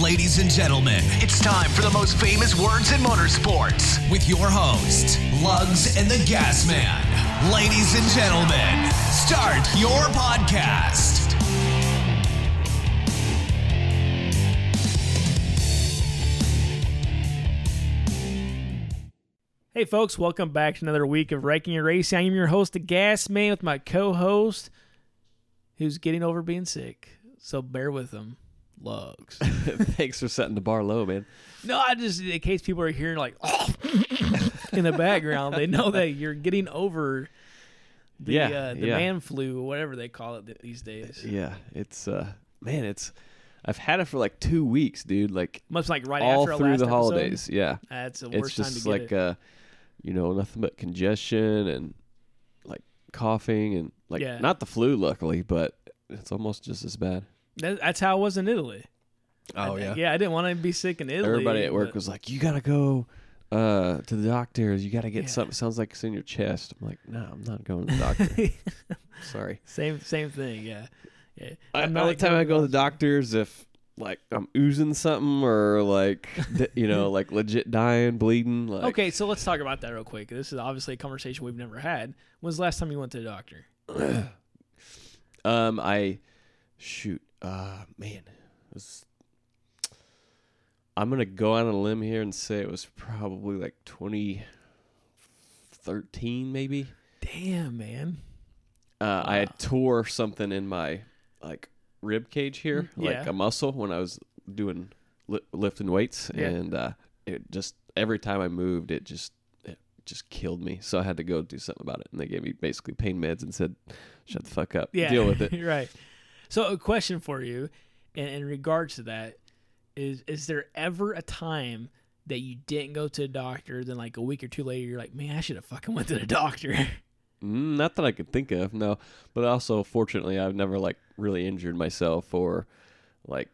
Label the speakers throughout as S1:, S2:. S1: ladies and gentlemen, it's time for the most famous words in motorsports with your host, Lugs and the Gas Man. Ladies and gentlemen, start your podcast.
S2: Hey, folks, welcome back to another week of Wrecking Your Racing. I am your host, the Gas Man, with my co host who's getting over being sick. So bear with him. Lugs.
S3: Thanks for setting the bar low, man.
S2: no, I just, in case people are hearing like in the background, they know that you're getting over the,
S3: yeah,
S2: uh, the
S3: yeah,
S2: man flu, or whatever they call it th- these days.
S3: yeah. It's uh, man, it's I've had it for like two weeks, dude. Like
S2: Much like right
S3: all
S2: after our
S3: through
S2: last
S3: the
S2: episode.
S3: holidays. Yeah,
S2: That's the
S3: it's
S2: worst time to
S3: just
S2: get
S3: like
S2: it.
S3: uh, you know, nothing but congestion and like coughing and like
S2: Yeah.
S3: not the flu, luckily, but it's almost just as bad.
S2: That- That's how I was in Italy.
S3: Oh
S2: Yeah, I didn't want to be sick in Italy.
S3: Everybody at work
S2: but-
S3: was like, "You gotta go." Uh, to the doctor, you got to get
S2: Yeah.
S3: something. Sounds like it's in your chest. I'm like, no, I'm not going to the doctor. Sorry.
S2: same same thing. Yeah, yeah.
S3: I,
S2: I'm
S3: the only
S2: not
S3: time I
S2: going
S3: go to the doctor's if like I'm oozing something or like th- you know like legit dying, bleeding. Like,
S2: Okay, so let's talk about that real quick. This is obviously a conversation we've never had. When's the last time you went to the doctor?
S3: Um, I shoot. Uh, man, it was, I'm gonna go out on a limb here and say it was probably like 2013, maybe.
S2: Damn, man.
S3: Uh, I
S2: Ah.
S3: had tore something in my like rib cage here, like
S2: Mm-hmm. yeah.
S3: a muscle, when I was doing li- lifting weights,
S2: Yeah.
S3: and uh, it just every time I moved, it just it just killed me. So I had to go do something about it, and they gave me basically pain meds and said, "Shut the fuck up,
S2: Yeah.
S3: deal with it."
S2: right. So, a question for you in, in regards to that is is there ever a time that you didn't go to the doctor, then like a week or two later, you're like, man, I should have fucking went to the doctor?
S3: Mm, Not that I could think of, no. But also, fortunately, I've never like really injured myself or like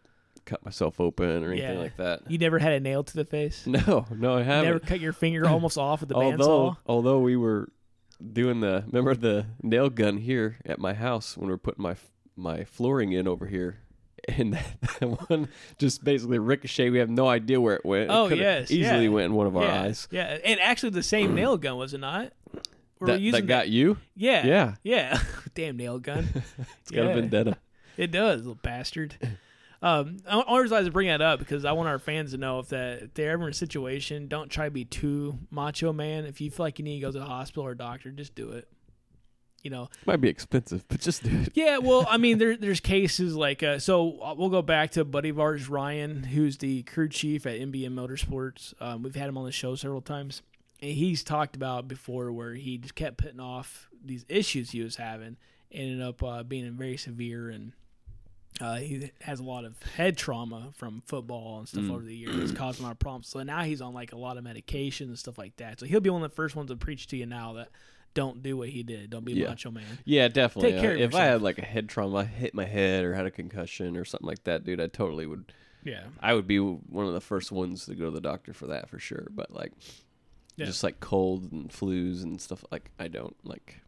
S3: cut myself open or anything
S2: Yeah.
S3: like that.
S2: you never had a nail to the face?
S3: No, no, I haven't.
S2: Never cut your finger almost off with the
S3: although,
S2: bandsaw?
S3: although we were doing the remember the nail gun here at my house when we were putting my my flooring in over here. And that one just basically ricocheted. We have no idea where it went. It
S2: Oh,
S3: coulda
S2: yes,
S3: easily
S2: yeah.
S3: went in one of our
S2: yeah.
S3: eyes.
S2: Yeah. And actually, the same nail gun, was it not? Were
S3: That, that got you.
S2: Yeah.
S3: Yeah.
S2: Yeah. Damn nail gun.
S3: It's got
S2: Yeah.
S3: a vendetta.
S2: It does, little bastard. Um, I I always like to bring that up because I want our fans to know if that if they're ever in a situation, don't try to be too macho man. If you feel like you need to go to the hospital or doctor, just do it. You know,
S3: Might be expensive, but just do it.
S2: yeah. Well, I mean, there there's cases like uh, so. uh, We'll go back to a buddy of ours, Ryan, who's the crew chief at NBM Motorsports. Um, we've had him on the show several times. And he's talked about before where he just kept putting off these issues he was having, ended up uh, being very severe and. Uh, he has a lot of head trauma from football and stuff over the years. It's caused him a lot of problems. So now he's on like a lot of medication and stuff like that. So he'll be one of the first ones to preach to you now that don't do what he did. Don't be
S3: Yeah.
S2: macho man.
S3: Yeah, definitely.
S2: Take care of
S3: if I
S2: yourself.
S3: had like a head trauma, I hit my head or had a concussion or something like that, dude, I totally would.
S2: Yeah.
S3: I would be one of the first ones to go to the doctor for that for sure. But like,
S2: Yeah.
S3: just like cold and flus and stuff, like I don't like.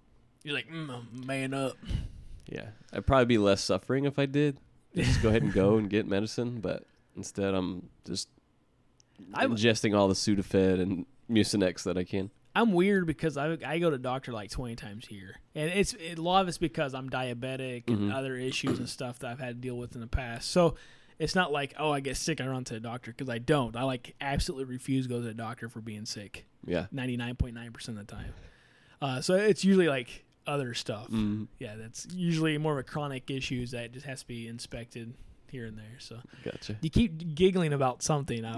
S2: You're like, mm, man up.
S3: Yeah, I'd probably be less suffering if I did. Just go ahead and go and get medicine, but instead I'm just
S2: I w-
S3: ingesting all the Sudafed and Mucinex that I can.
S2: I'm weird because I, I go to doctor like 20 times a year, and it's it, a lot of it's because I'm diabetic
S3: Mm-hmm.
S2: and other issues and stuff that I've had to deal with in the past. So it's not like oh I get sick I run to the doctor because I don't. I like absolutely refuse to go to the doctor for being sick.
S3: Yeah.
S2: 99.9% of the time. Uh, so it's usually like other stuff.
S3: Mm. Mm-hmm.
S2: Yeah, that's usually more of a chronic issues that just has to be inspected here and there. So
S3: Gotcha.
S2: you keep giggling about something. I,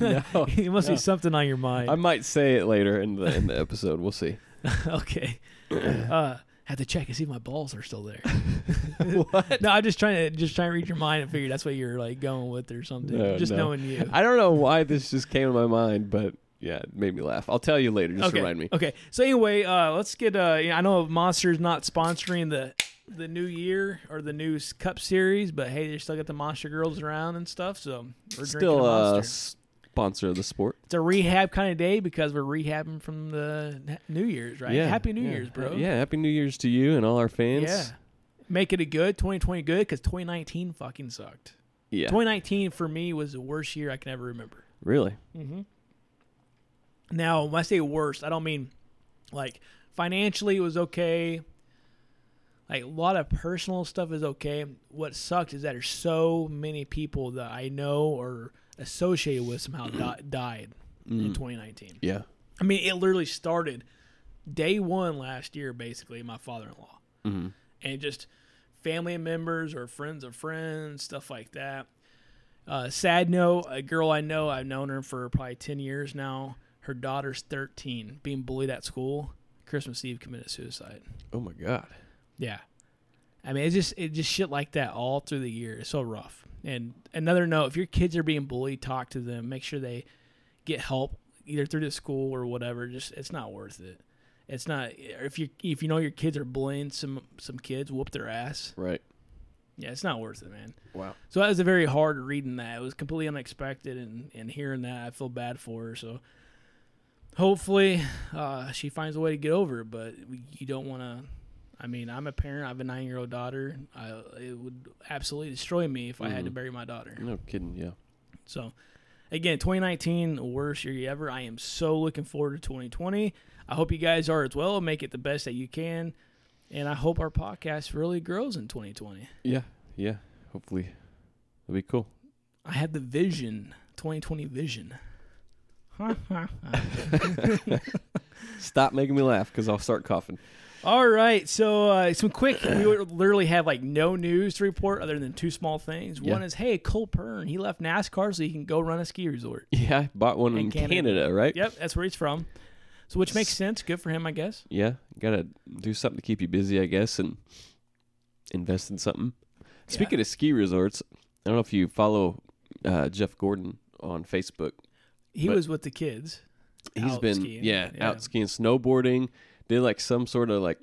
S3: No,
S2: it must
S3: no.
S2: be something on your mind.
S3: I might say it later in the in the episode. We'll see.
S2: okay. Uh, had to check and see if my balls are still there. what? No, I'm just trying to just trying to read your mind and figure that's what you're like going with or something.
S3: No,
S2: just
S3: no.
S2: knowing you.
S3: I don't know why this just came to my mind, but yeah, it made me laugh. I'll tell you later. Just
S2: okay.
S3: remind me.
S2: Okay. So anyway, uh, let's get. Uh, you know, I know Monster's not sponsoring the the new year or the new s- Cup Series, but hey, they still got the Monster Girls around and stuff. So we're drinking a
S3: Still uh,
S2: Monster.
S3: sponsor of the sport.
S2: it's a rehab kind of day because we're rehabbing from the n- New Year's, right? Happy New
S3: yeah.
S2: Year's, bro.
S3: Yeah, happy New Year's to you and all our fans.
S2: Yeah. Make it a good 2020 good because 2019 fucking sucked.
S3: Yeah.
S2: 2019 for me was the worst year I can ever remember.
S3: Really?
S2: Now, when I say worst, I don't mean like financially it was okay. Like a lot of personal stuff is okay. What sucked is that there's so many people that I know or associated with somehow di- died in 2019.
S3: Yeah.
S2: I mean, it literally started day one last year, basically, my father in law. And just family members or friends of friends, stuff like that. Uh, sad note a girl I know, I've known her for probably 10 years now. Her daughter's 13, being bullied at school. Christmas Eve committed suicide.
S3: Oh my god.
S2: Yeah. I mean, it's just it just shit like that all through the year. It's so rough. And another note: if your kids are being bullied, talk to them. Make sure they get help either through the school or whatever. Just it's not worth it. It's not if you if you know your kids are bullying some some kids, whoop their ass.
S3: Right.
S2: Yeah, it's not worth it, man.
S3: Wow.
S2: So that was a very hard reading that. It was completely unexpected, and and hearing that, I feel bad for her. So hopefully, uh, she finds a way to get over it. But you don't want to. I mean, I'm a parent. I have a nine year old daughter. I, it would absolutely destroy me if I had to bury my daughter.
S3: No kidding. Yeah.
S2: So, again, 2019, the worst year ever. I am so looking forward to 2020. I hope you guys are as well. Make it the best that you can. And I hope our podcast really grows in 2020.
S3: Yeah. Yeah. Hopefully, it'll be cool.
S2: I have the vision, 2020 vision.
S3: Stop making me laugh because I'll start coughing.
S2: All right, so uh, some quick. We would literally have like no news to report other than two small things. One
S3: Yeah.
S2: is, hey, Cole Pern, he left NASCAR so he can go run a ski resort.
S3: Yeah, I bought one in,
S2: In
S3: Canada.
S2: Canada.
S3: right?
S2: Yep, that's where he's from. So, which makes sense. Good for him, I guess.
S3: Yeah, gotta do something to keep you busy, I guess, and invest in something. Speaking of ski resorts, I don't know if you follow uh, Jeff Gordon on Facebook.
S2: He
S3: But-
S2: was with the kids.
S3: He's
S2: Out
S3: been
S2: skiing,
S3: yeah,
S2: yeah.
S3: out skiing, snowboarding. Did like some sort of like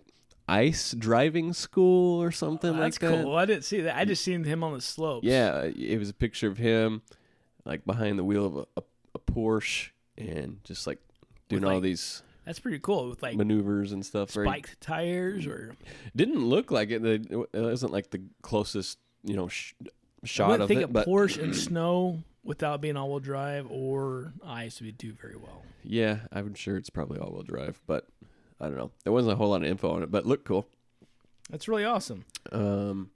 S3: ice driving school or something like
S2: That's
S3: that.
S2: cool. I didn't see that. I just seen him on the slopes.
S3: Yeah, it was a picture of him like behind the wheel of a, a, a Porsche and just like doing all
S2: like,
S3: these
S2: that's pretty cool. With like
S3: maneuvers and stuff. very-
S2: bike tires or
S3: Didn't look like it. It wasn't like the closest, you know, sh-
S2: I
S3: shot
S2: wouldn't
S3: of
S2: think
S3: it.
S2: a
S3: but
S2: Porsche in snow without being all wheel drive or ice would do very well.
S3: yeah, I'm sure it's probably all-wheel drive. But I don't know. There wasn't a whole lot of info on it, but looked cool.
S2: That's really awesome.
S3: Um,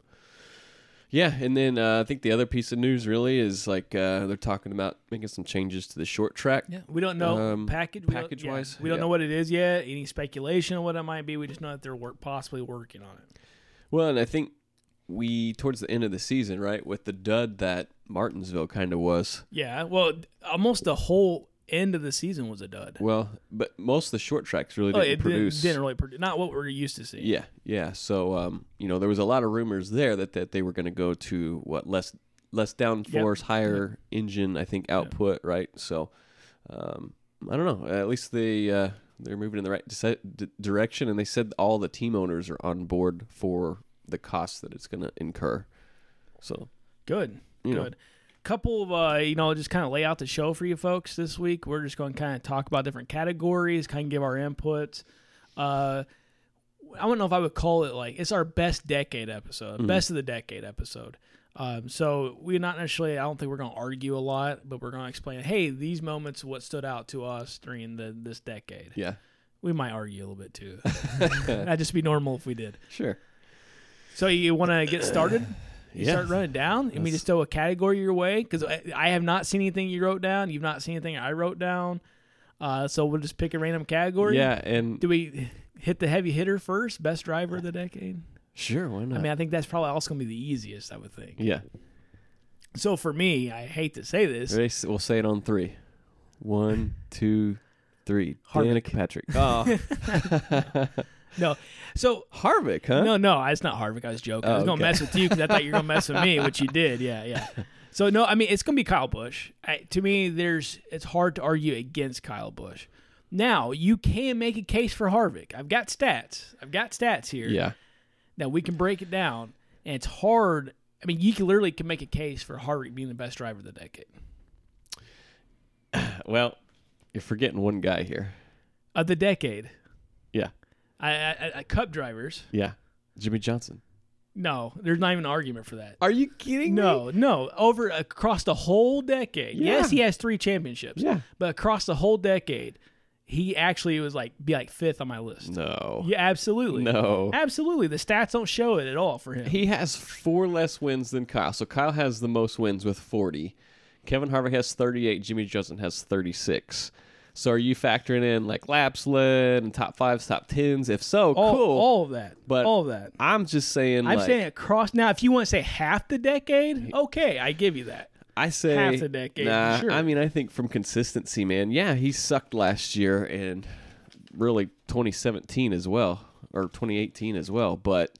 S3: yeah, and then uh, I think the other piece of news really is like uh, they're talking about making some changes to the short track.
S2: Yeah, we don't know
S3: Um,
S2: package we don't- yeah,
S3: package-wise,
S2: we don't
S3: yeah.
S2: know what it is yet. Any speculation on what it might be? We just know that they're work, possibly working on it.
S3: Well, and I think we towards the end of the season, right, with the dud that Martinsville kind of was.
S2: Yeah. Well, d- almost the whole end of the season was a dud.
S3: Well, but most of the short tracks really
S2: Oh,
S3: didn't
S2: it
S3: produce.
S2: didn't, didn't really produce. Not what we're used to seeing.
S3: Yeah, yeah. So, um, you know, there was a lot of rumors there that, that they were going to go to what less less downforce, higher engine, I think, output, right? So, um, I don't know. At least they uh, they're moving in the right deci- d- direction, and they said all the team owners are on board for the cost that it's going to incur. So,
S2: Good.
S3: You know.
S2: Good. Couple of, uh, you know, just kind of lay out the show for you folks this week. We're just going to kind of talk about different categories, kind of give our inputs. Uh, I don't know if I would call it like it's our best decade episode,
S3: Mm-hmm.
S2: best of the decade episode. Um, so we're not necessarily. I don't think we're going to argue a lot, but we're going to explain. Hey, these moments, what stood out to us during the this decade.
S3: yeah,
S2: We might argue a little bit too. That'd just be normal if we did.
S3: sure.
S2: So you want to get started? You
S3: Yeah.
S2: start running down, and we just throw a category your way because I, I have not seen anything you wrote down. You've not seen anything I wrote down. Uh, so we'll just pick a random category.
S3: Yeah, and
S2: Do we hit the heavy hitter first? Best driver of the decade.
S3: sure, why not?
S2: I mean, I think that's probably also gonna be the easiest, I would think.
S3: yeah,
S2: So for me, I hate to say this.
S3: Race- we'll say it on three. One, two, three.
S2: Harvick.
S3: Danica Patrick. Oh,
S2: No. So
S3: Harvick, huh?
S2: No, no, it's not Harvick. I was joking. I was
S3: Oh,
S2: gonna
S3: okay.
S2: mess with you because I thought you were gonna mess with me, which you did. Yeah, yeah. So no, I mean it's gonna be Kyle Bush. I, to me, there's it's hard to argue against Kyle Bush. Now you can make a case for Harvick. I've got stats. I've got stats here.
S3: Yeah.
S2: Now we can break it down, and it's hard. I mean, you can literally can make a case for Harvick being the best driver of the decade
S3: Well, you're forgetting one guy here.
S2: of the decade.
S3: Yeah.
S2: I, I, I cup drivers.
S3: Yeah. Jimmy Johnson.
S2: No, there's not even an argument for that.
S3: Are you kidding me?
S2: No, no. Over across the whole decade.
S3: Yeah.
S2: Yes, he has three championships.
S3: Yeah.
S2: But across the whole decade, he actually was like be like fifth on my list.
S3: No.
S2: Yeah, absolutely.
S3: No.
S2: Absolutely. The stats don't show it at all for him.
S3: He has four less wins than Kyle. So Kyle has the most wins with 40. Kevin Harvick has 38. Jimmy Johnson has 36. So are you factoring in like laps led and top fives, top tens? If so,
S2: all,
S3: cool.
S2: all of that.
S3: But-
S2: all of that.
S3: I'm just saying.
S2: I'm
S3: like,
S2: saying across now. If you want to say half the decade, okay, I give you that.
S3: I say
S2: half the decade,
S3: Nah,
S2: sure.
S3: I mean, I think from consistency, man. Yeah, he sucked last year and really 2017 as well or 2018 as well. But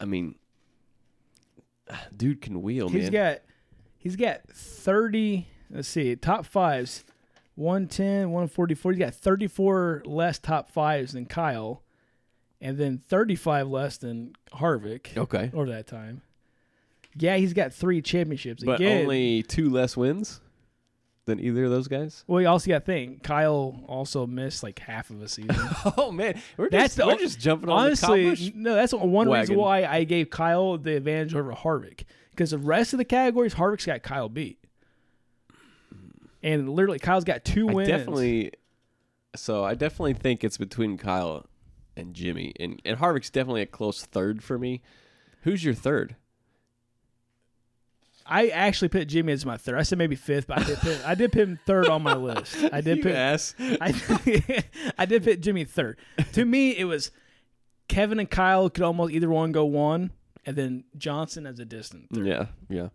S3: I mean, dude can wheel,
S2: He's
S3: man.
S2: got he's got 30 let's see top fives 110 144 he's got 34 less top fives than kyle and then 35 less than harvick
S3: okay,
S2: over that time yeah he's got three championships
S3: but
S2: again
S3: only two less wins than either of those guys.
S2: well you also got to think kyle also missed like half of a season
S3: Oh man, we're
S2: That's
S3: just,
S2: the-
S3: we're just jumping on the
S2: honestly
S3: accomplish-
S2: no that's one
S3: wagon.
S2: reason why i gave kyle the advantage over harvick because the rest of the categories harvick's got kyle beat and literally kyle's got two
S3: I
S2: wins
S3: definitely. So I definitely think it's between Kyle and Jimmy, and and Harvick's definitely a close third for me. Who's your third?
S2: i actually put jimmy as my third i said maybe fifth but i did put, I did put him third on my list i did put
S3: ass.
S2: I, I did put jimmy third to me it was kevin and kyle could almost either one go one and then johnson as a distance
S3: Yeah, yeah.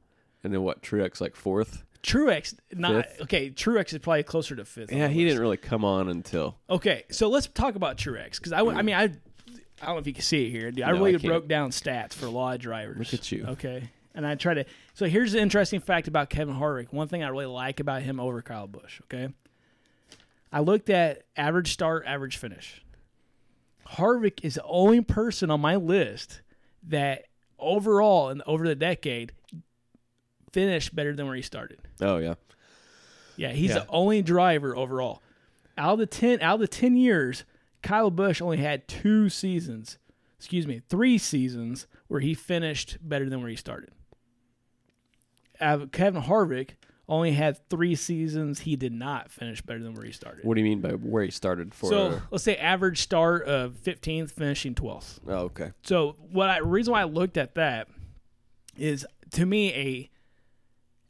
S3: And then what? Truex like fourth.
S2: truex not
S3: Fifth.
S2: okay truex is probably closer to fifth on
S3: Yeah,
S2: my
S3: he
S2: list.
S3: didn't really come on until
S2: Okay, so let's talk about Truex because I, went- I mean, I, I don't know if you can see it here. Dude, I
S3: No, I
S2: really
S3: can't.
S2: broke down stats for a lot of drivers.
S3: Look at you.
S2: Okay, and I try to. So here's the interesting fact about Kevin Harvick. One thing I really like about him over Kyle Busch. Okay, I looked at average start, average finish. Harvick is the only person on my list that overall and over the decade finished better than where he started.
S3: oh yeah,
S2: Yeah, he's
S3: Yeah.
S2: the only driver overall. Out of the ten, out of the ten years, Kyle Busch only had two seasons. Excuse me, three seasons where he finished better than where he started. Uh, Kevin Harvick only had three seasons he did not finish better than where he started.
S3: What do you mean by where he started for?
S2: So let's say average start of 15th, finishing 12th.
S3: oh, okay.
S2: So what I reason why I looked at that is to me a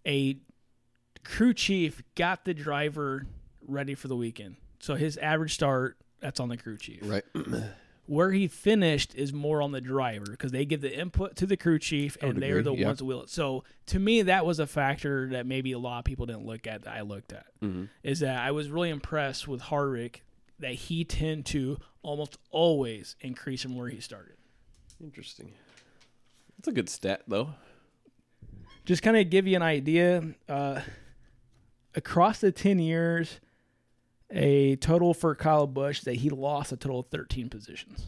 S2: a crew chief got the driver ready for the weekend. So his average start that's on the crew chief.
S3: Right.
S2: Where he finished is more on the driver because they give the input to the crew chief and they're the
S3: agree, yeah.
S2: ones that will it. So to me, that was a factor that maybe a lot of people didn't look at that I looked at.
S3: Mm-hmm.
S2: Is that I was really impressed with Harvick that he tend to almost always increase from where he started.
S3: Interesting. That's a good stat though.
S2: just kind of give you an idea uh, across the 10 years a total for kyle bush that he lost a total of 13 positions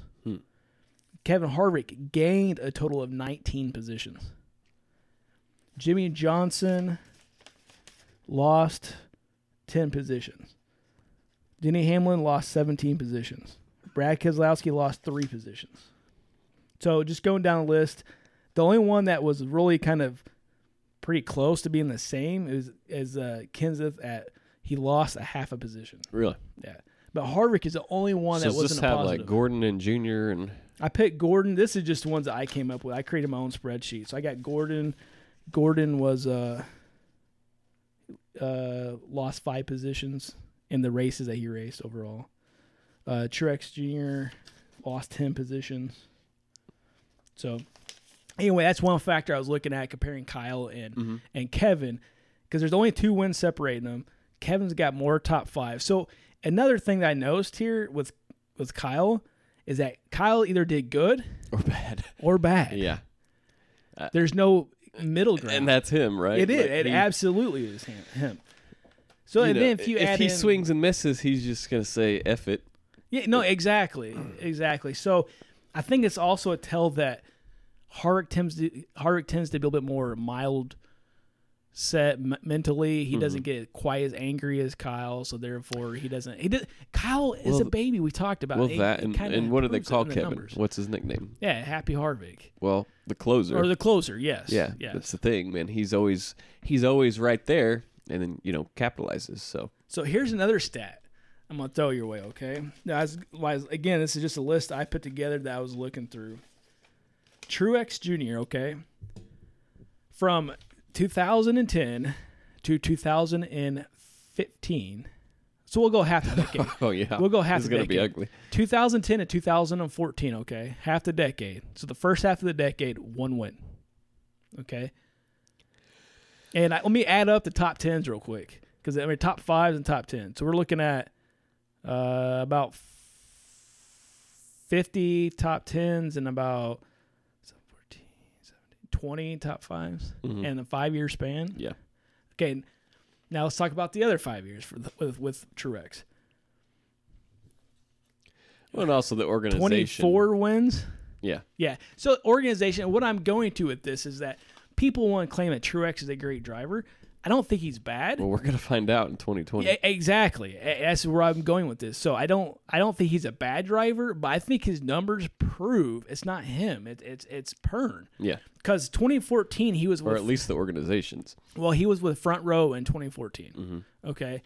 S2: kevin harvick gained a total of 19 positions jimmy johnson lost 10 positions denny hamlin lost 17 positions brad keselowski lost three positions so just going down the list the only one that was really kind of pretty close to being the same is as uh, Kenseth at he lost a half a position.
S3: Really.
S2: Yeah, but Harvick is the only one
S3: So
S2: that
S3: does this
S2: wasn't a
S3: have
S2: positive.
S3: like Gordon and Junior and
S2: I picked Gordon. This is just the ones that I came up with. I created my own spreadsheet, so I got Gordon. Gordon was uh, uh, lost five positions in the races that he raced overall. Uh, Truex Jr. lost ten positions. So, anyway, that's one factor I was looking at comparing Kyle and and Kevin, because there's only two wins separating them. Kevin's got more top five. So another thing that I noticed here with with Kyle is that Kyle either did good
S3: or bad?
S2: or bad.
S3: Yeah,
S2: There's no middle ground.
S3: and that's him, right?
S2: it is.
S3: Like,
S2: it
S3: he-
S2: absolutely is him. him. So
S3: you
S2: and
S3: know,
S2: then if you add
S3: he
S2: in,
S3: swings and misses, he's just gonna say "f it."
S2: yeah, no, exactly, exactly. So I think it's also a tell that Harvick tends to Harvick tends to be a little bit more mild set m- mentally. He
S3: Mm-hmm.
S2: doesn't get quite as angry as Kyle, so therefore he doesn't. He did, Kyle is a
S3: Well,
S2: baby. We talked about
S3: Well,
S2: It-
S3: that
S2: it
S3: and,
S2: kinda
S3: and what do they
S2: proves it
S3: call
S2: in the
S3: Kevin?
S2: numbers.
S3: What's his nickname?
S2: Yeah, Happy Harvick
S3: Well, the closer.
S2: or the closer. Yes.
S3: yeah, that's
S2: Yes.
S3: the thing, man. He's always he's always right there, and then you know capitalizes. So
S2: So here's another stat. I'm gonna throw your way. Okay. Now, as, wise- again, this is just a list I put together that I was looking through. Truex Jr. Okay. From 2010 to 2015. So we'll go half the decade.
S3: oh yeah,
S2: We'll go half
S3: It's
S2: the
S3: gonna be
S2: decade.
S3: ugly.
S2: 2010 to 2014, okay? Half the decade. So the first half of the decade, one win. Okay? And I, let me add up the top 10s real quick cuz I mean top 5s and top 10. So we're looking at uh, about 50 top 10s and about 14, 17, 20 top 5s and a 5-year span.
S3: Mm-hmm. Yeah,
S2: Okay, now let's talk about the other 5 years for the, with with Truex.
S3: well, and also the organization.
S2: 24 wins.
S3: Yeah,
S2: Yeah. So organization. What I'm going to with this is that people want to claim that Truex is a great driver. I don't think he's bad.
S3: well, we're gonna find out in 2020.
S2: E- exactly. E- That's where I'm going with this. So I don't. I don't think he's a bad driver, but I think his numbers prove it's not him. It, it's it's Pern.
S3: Yeah,
S2: Because 2014 he was
S3: or
S2: with,
S3: at least the organizations.
S2: well he was with Front Row in 2014. Okay.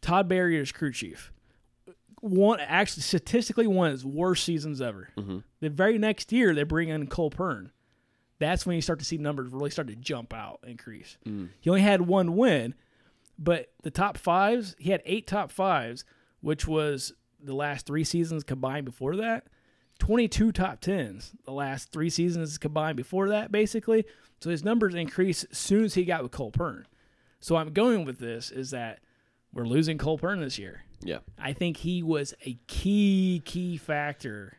S2: Todd Barrier is crew chief. One actually statistically one of his worst seasons ever. The very next year they bring in Cole Pern. That's when you start to see numbers really start to jump out, increase. He only had one win, but the top fives, he had eight top fives, which was the last three seasons combined before that. 22 top 10s the last three seasons combined before that, basically. So his numbers increased as soon as he got with Cole Pern. So I'm going with this is that we're losing Cole Pern this year.
S3: Yeah,
S2: I think he was a key, key factor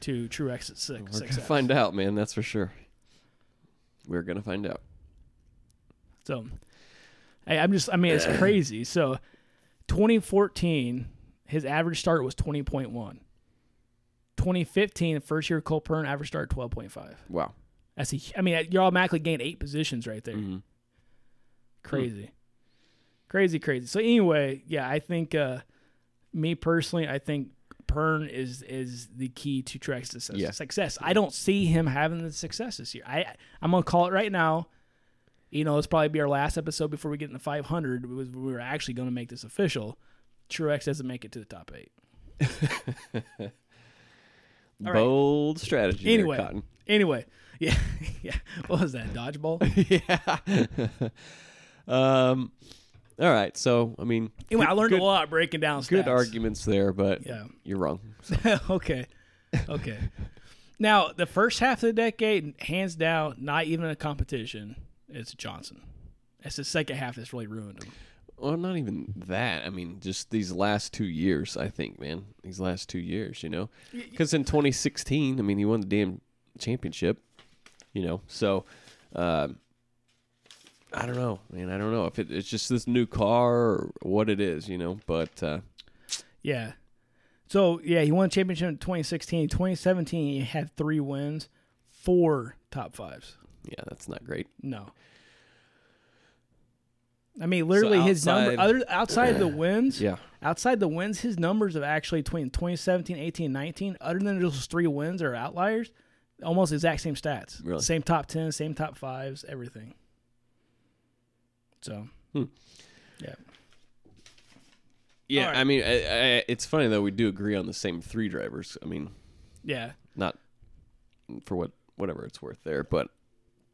S2: to Truex's su-
S3: we're
S2: success.
S3: gonna find out, man. That's for sure. We're gonna find out.
S2: So I, I'm just, I mean, it's crazy. So 2014, his average start was 20.1. 2015, first year Cole Pern, average start 12.5.
S3: Wow.
S2: That's a, I mean, you automatically gained eight positions right there.
S3: Mm-hmm.
S2: Crazy, crazy, crazy. So anyway, yeah, I think uh, me personally, I think Pern is is the key to Trek's success.
S3: Yeah.
S2: Success. I don't see him having the success this year. I I'm gonna call it right now. You know, it's probably be our last episode before we get into 500. It was- We were actually going to make this official. Truex doesn't make it to the top eight. right.
S3: Bold strategy. there,
S2: Anyway,
S3: Cotton.
S2: anyway, yeah, yeah. What was that dodgeball?
S3: yeah. um. All right. So I mean,
S2: Anyway,
S3: good-
S2: I learned
S3: good,
S2: a lot breaking down stats.
S3: Good arguments there, but
S2: Yeah.
S3: you're wrong. So,
S2: okay. Okay. now, the first half of the decade, hands down, not even a competition, it's Johnson. It's the second half that's really ruined him.
S3: well, not even that. I mean, just these last two years. I think, man, these last two years. You know, because in 2016, I mean, he won the damn championship. You know, so. Um, I don't know, man. I don't know if it, it's just this new car or what it is, you know. But uh,
S2: Yeah. So, yeah, he won a championship in 2016. 2017, he had three wins, four top fives.
S3: yeah, that's not great.
S2: No. I mean, literally, his number
S3: outside-
S2: other outside of the wins,
S3: Yeah,
S2: outside the wins, his numbers have actually between 2017, 18, 19, other than those three wins or outliers, almost exact same stats.
S3: Really?
S2: Same top 10, same top fives, everything. So,
S3: Hmm.
S2: yeah.
S3: yeah.
S2: All right.
S3: I mean, I, I, it's funny though. We do agree on the same three drivers. I mean,
S2: Yeah.
S3: not for what whatever it's worth there, but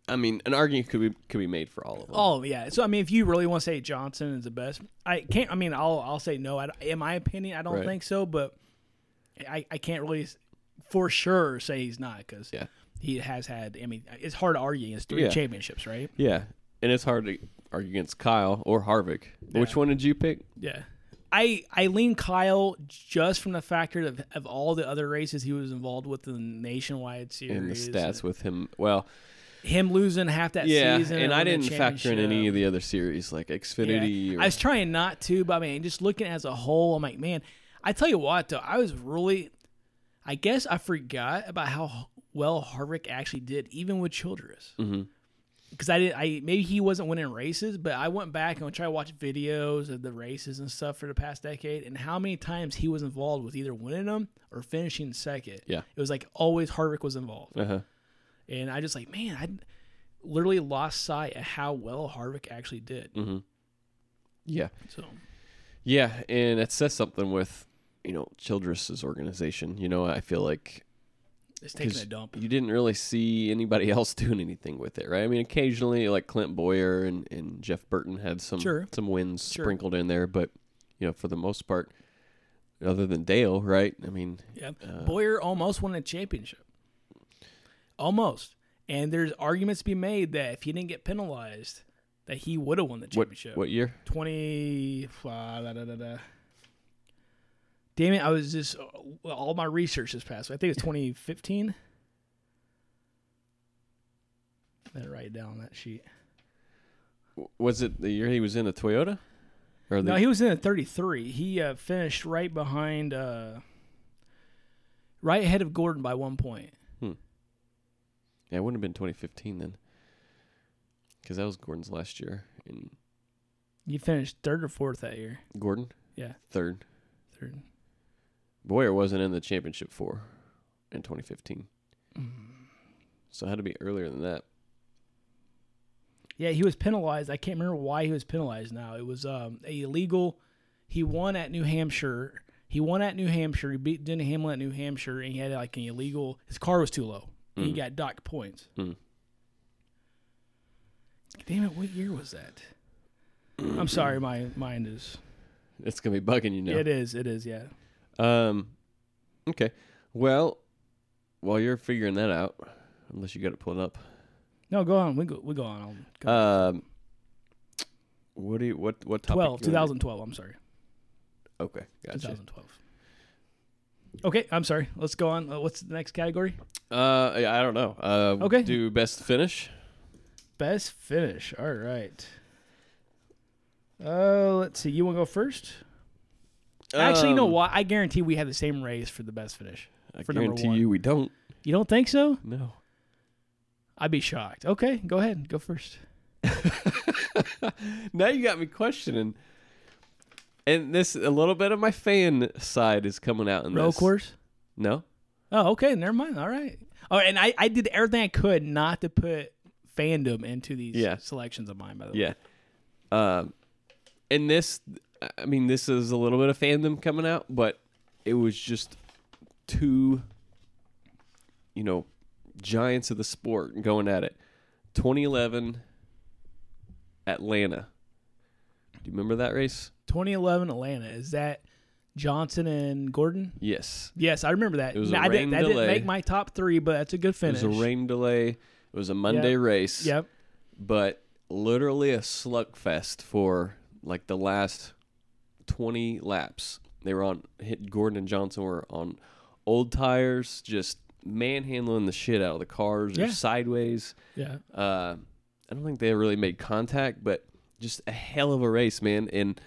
S3: I mean, an argument could be could be made for all of them.
S2: Oh, yeah. So, I mean, if you really want to say Johnson is the best, I can't, I mean, I'll, I'll say no. I, don't- in my opinion, I don't
S3: Right.
S2: think so, but I, I can't really s- for sure say he's not because
S3: Yeah.
S2: he has had, I mean, it's hard to argue. It's three
S3: Yeah.
S2: championships, right?
S3: Yeah, and it's hard to argue against Kyle or Harvick. Which one did you pick?
S2: Yeah. I, I lean Kyle just from the factor of, of all the other races he was involved with in the nationwide series.
S3: In the stats with him, well,
S2: Him losing half that
S3: yeah,
S2: season.
S3: and I
S2: winning
S3: didn't
S2: the
S3: factor in any
S2: championship.
S3: of the other series like Xfinity.
S2: Yeah.
S3: Or,
S2: I was trying not to, but I mean, just looking as a whole, I'm like, man, I tell you what, though, I was really, I
S3: Mm-hmm.
S2: guess I forgot about how well Harvick actually did, even with Childress. because I did. I maybe he wasn't winning races, but I went back and tried to watch videos of the races and stuff for the past decade, and how many times he was involved with either winning them or finishing second.
S3: Yeah.
S2: it was like always Harvick was involved,
S3: Uh huh.
S2: and I just like man, I literally lost sight of how well Harvick actually did.
S3: Mm-hmm. Yeah.
S2: So
S3: Yeah, and it says something with you know Childress's organization. You know, I feel like
S2: it's taking
S3: 'cause
S2: a dump.
S3: You didn't really see anybody else doing anything with it, right? I mean, occasionally like Clint Boyer and, and Jeff Burton had some
S2: Sure.
S3: some wins
S2: Sure.
S3: sprinkled in there, but you know, for the most part, other than Dale, right? I mean,
S2: Yeah.
S3: uh,
S2: Boyer almost won a championship. Almost. And there's arguments to be made that if he didn't get penalized, that he would have won the
S3: what
S2: championship.
S3: what year?
S2: 20. ah, da, da, da, da. Damn it, I was just. uh, All my research this past I think it's 2015. I better write it down on that sheet.
S3: W- Was it the year he was in a Toyota? Or the,
S2: No, he was in at 33. He uh, finished right behind, uh, right ahead of Gordon by one point.
S3: yeah, it wouldn't have been 2015 then, because that was Gordon's last year. And
S2: He finished third or fourth that year.
S3: Gordon
S2: Yeah,
S3: third.
S2: third.
S3: Boyer wasn't in the championship four in 2015.
S2: Mm.
S3: So it had to be earlier than that.
S2: Yeah, he was penalized. I can't remember why he was penalized. Now it was um, a illegal. He won at New Hampshire. He won at New Hampshire. He beat Denny Hamlin at New Hampshire, and he had like an illegal. His car was too low. and He got docked points.
S3: Mm.
S2: Damn it! What year was that? I'm sorry, my mind is.
S3: It's gonna be bugging you now.
S2: It is. It is. Yeah.
S3: Um, okay. Well, while you're figuring that out, unless you got it pulled up,
S2: No, go on. We go. We go on. I'll go.
S3: um, what do you what what topic?
S2: Twelve.
S3: you wanna
S2: 2012. I'm sorry.
S3: do? Okay, gotcha.
S2: 2012. Okay, I'm sorry. Let's go on. Uh, what's the next category?
S3: Uh, I I don't know. Uh,
S2: Okay.
S3: Do best finish.
S2: Best finish. All right. Uh, let's see. You want to go first? Actually, you know
S3: Um,
S2: what? I guarantee we have the same race for the best finish.
S3: I
S2: for number
S3: guarantee
S2: one.
S3: you we don't.
S2: You don't think so?
S3: No.
S2: I'd be shocked. Okay, go ahead. Go first.
S3: now you got me questioning. And this a little bit of my fan side is coming out in
S2: Row
S3: this.
S2: course.
S3: No.
S2: Oh, okay. Never mind. All right. Oh, and I, I did everything I could not to put fandom into these
S3: Yeah.
S2: selections of mine. By the way.
S3: Yeah. Um, and this, I mean, this is a little bit of fandom coming out, but it was just two, you know, giants of the sport going at it. 2011 Atlanta. Do you remember that race?
S2: 2011 Atlanta. Is that Johnson and Gordon?
S3: Yes.
S2: Yes, I remember that.
S3: It was
S2: Now,
S3: a
S2: I didn't,
S3: rain
S2: that didn't
S3: delay.
S2: make my top three, but that's a good finish.
S3: It was a rain delay. It was a Monday
S2: Yep.
S3: race.
S2: Yep.
S3: but literally a slugfest for like the last 20 laps. They were on hit Gordon and Johnson were on old tires, just manhandling the shit out of the cars
S2: Yeah.
S3: or sideways.
S2: Yeah.
S3: Uh, I don't think they really made contact, but just a hell of a race, man. And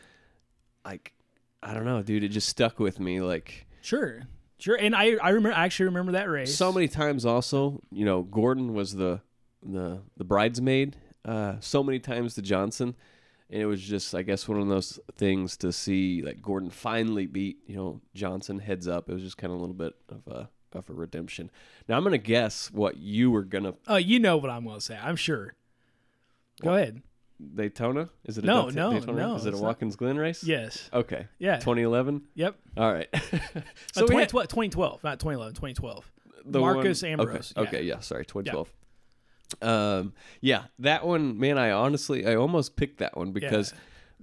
S3: like, I don't know, dude, it just stuck with me. Like,
S2: Sure. Sure. And I I remember I actually remember that race.
S3: so many times also you know gordon was the the the bridesmaid uh so many times to johnson and it was just i guess one of those things to see like gordon finally beat you know johnson heads up it was just kind of a little bit of a of a redemption now i'm gonna guess what you were gonna
S2: Oh, you know what I'm gonna say, I'm sure. Go ahead.
S3: daytona is it a
S2: No,
S3: Daytona-
S2: no,
S3: Daytona?
S2: no,
S3: is it a
S2: it's not-
S3: watkins glen race
S2: Yes.
S3: okay
S2: Yeah.
S3: 2011
S2: Yep.
S3: all right
S2: So
S3: we had-
S2: 2012, 2012, not 2011, 2012.
S3: the
S2: Marcus
S3: one,
S2: Ambrose,
S3: Okay,
S2: yeah.
S3: okay, yeah. sorry, 2012. Um, yeah, that one, man. I honestly, I almost picked that one because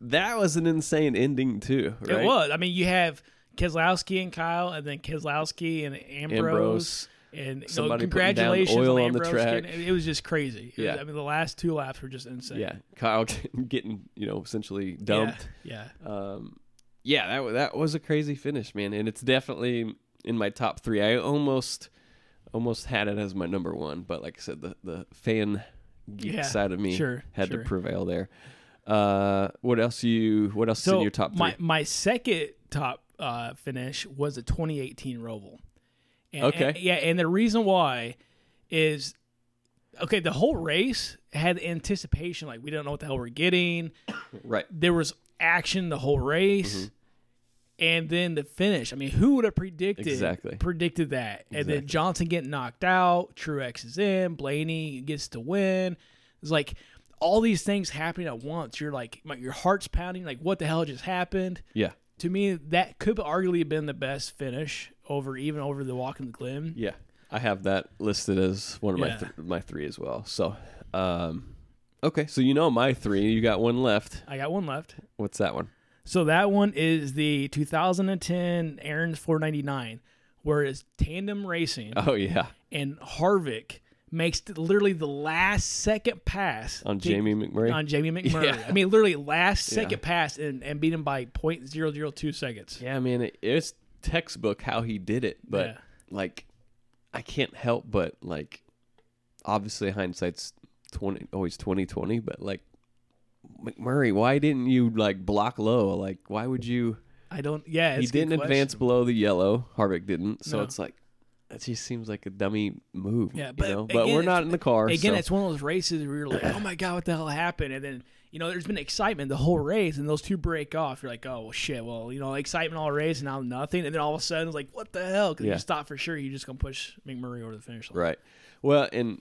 S3: that was an insane ending too. Right?
S2: It was. I mean, you have Keselowski and Kyle, and then Keselowski and Ambrose.
S3: Ambrose.
S2: And you know,
S3: Somebody putting down
S2: congratulations
S3: oil
S2: on
S3: on the
S2: Ambrose.
S3: track.
S2: getting- It was just crazy. It was-
S3: Yeah.
S2: I mean, the last two laps were just insane.
S3: Yeah, Kyle getting you know essentially
S2: Yeah.
S3: dumped.
S2: Yeah.
S3: Um, yeah, that wa- that was a crazy finish, man, and it's definitely in my top three. I almost almost had it as my number one, but like I said, the the fan geek
S2: Yeah,
S3: side of me
S2: sure,
S3: had
S2: sure.
S3: to prevail there. Uh, what else you? What else is in your top three?
S2: My my second top uh, finish was a 2018 Roval. And,
S3: Okay.
S2: and- yeah, and the reason why is okay, the whole race had anticipation. Like we don't know what the hell we're getting.
S3: Right.
S2: There was action the whole race,
S3: Mm-hmm.
S2: and then the finish. I mean, who would have predicted
S3: Exactly.
S2: predicted that? And then
S3: Exactly.
S2: Johnson getting knocked out. Truex is in. Blaney gets to win. It's like all these things happening at once. You're like my- your heart's pounding. Like what the hell just happened?
S3: Yeah.
S2: To me, that could arguably have been the best finish over even over the walk in the glen.
S3: Yeah. I have that listed as one of my
S2: Yeah.
S3: th- my three as well. So, um, okay. So you know my three. You got one left.
S2: I got one left.
S3: What's that one?
S2: So that one is the 2010 Aaron's 499, where it's tandem racing
S3: Oh yeah,
S2: and Harvick makes th- literally the last second pass
S3: on
S2: to-
S3: Jamie McMurray.
S2: on Jamie McMurray.
S3: Yeah.
S2: I mean, literally last second pass and, and beat him by 0.002 seconds.
S3: yeah, man, it, it's textbook how he did it, but
S2: Yeah.
S3: like, I can't help but like, obviously hindsight's twenty always twenty twenty, but like, McMurray, why didn't you like block low? Like, why would you?
S2: I don't. Yeah,
S3: he
S2: it's a good
S3: didn't
S2: question.
S3: advance below the yellow. Harvick didn't, so
S2: No.
S3: it's like. It just seems like a dummy move,
S2: Yeah,
S3: you
S2: but
S3: know? but
S2: again,
S3: we're not
S2: it's-
S3: in the car.
S2: Again,
S3: so-
S2: it's one of those races where you're like, oh my god, what the hell happened? And then you know, there's been excitement the whole race, and those two break off. You're like, oh well, shit. Well, you know, excitement all race, and now nothing. And then all of a sudden, it's like, what the hell? Because
S3: Yeah.
S2: you just thought for sure you're just gonna push McMurray over the finish line.
S3: Right. Well, and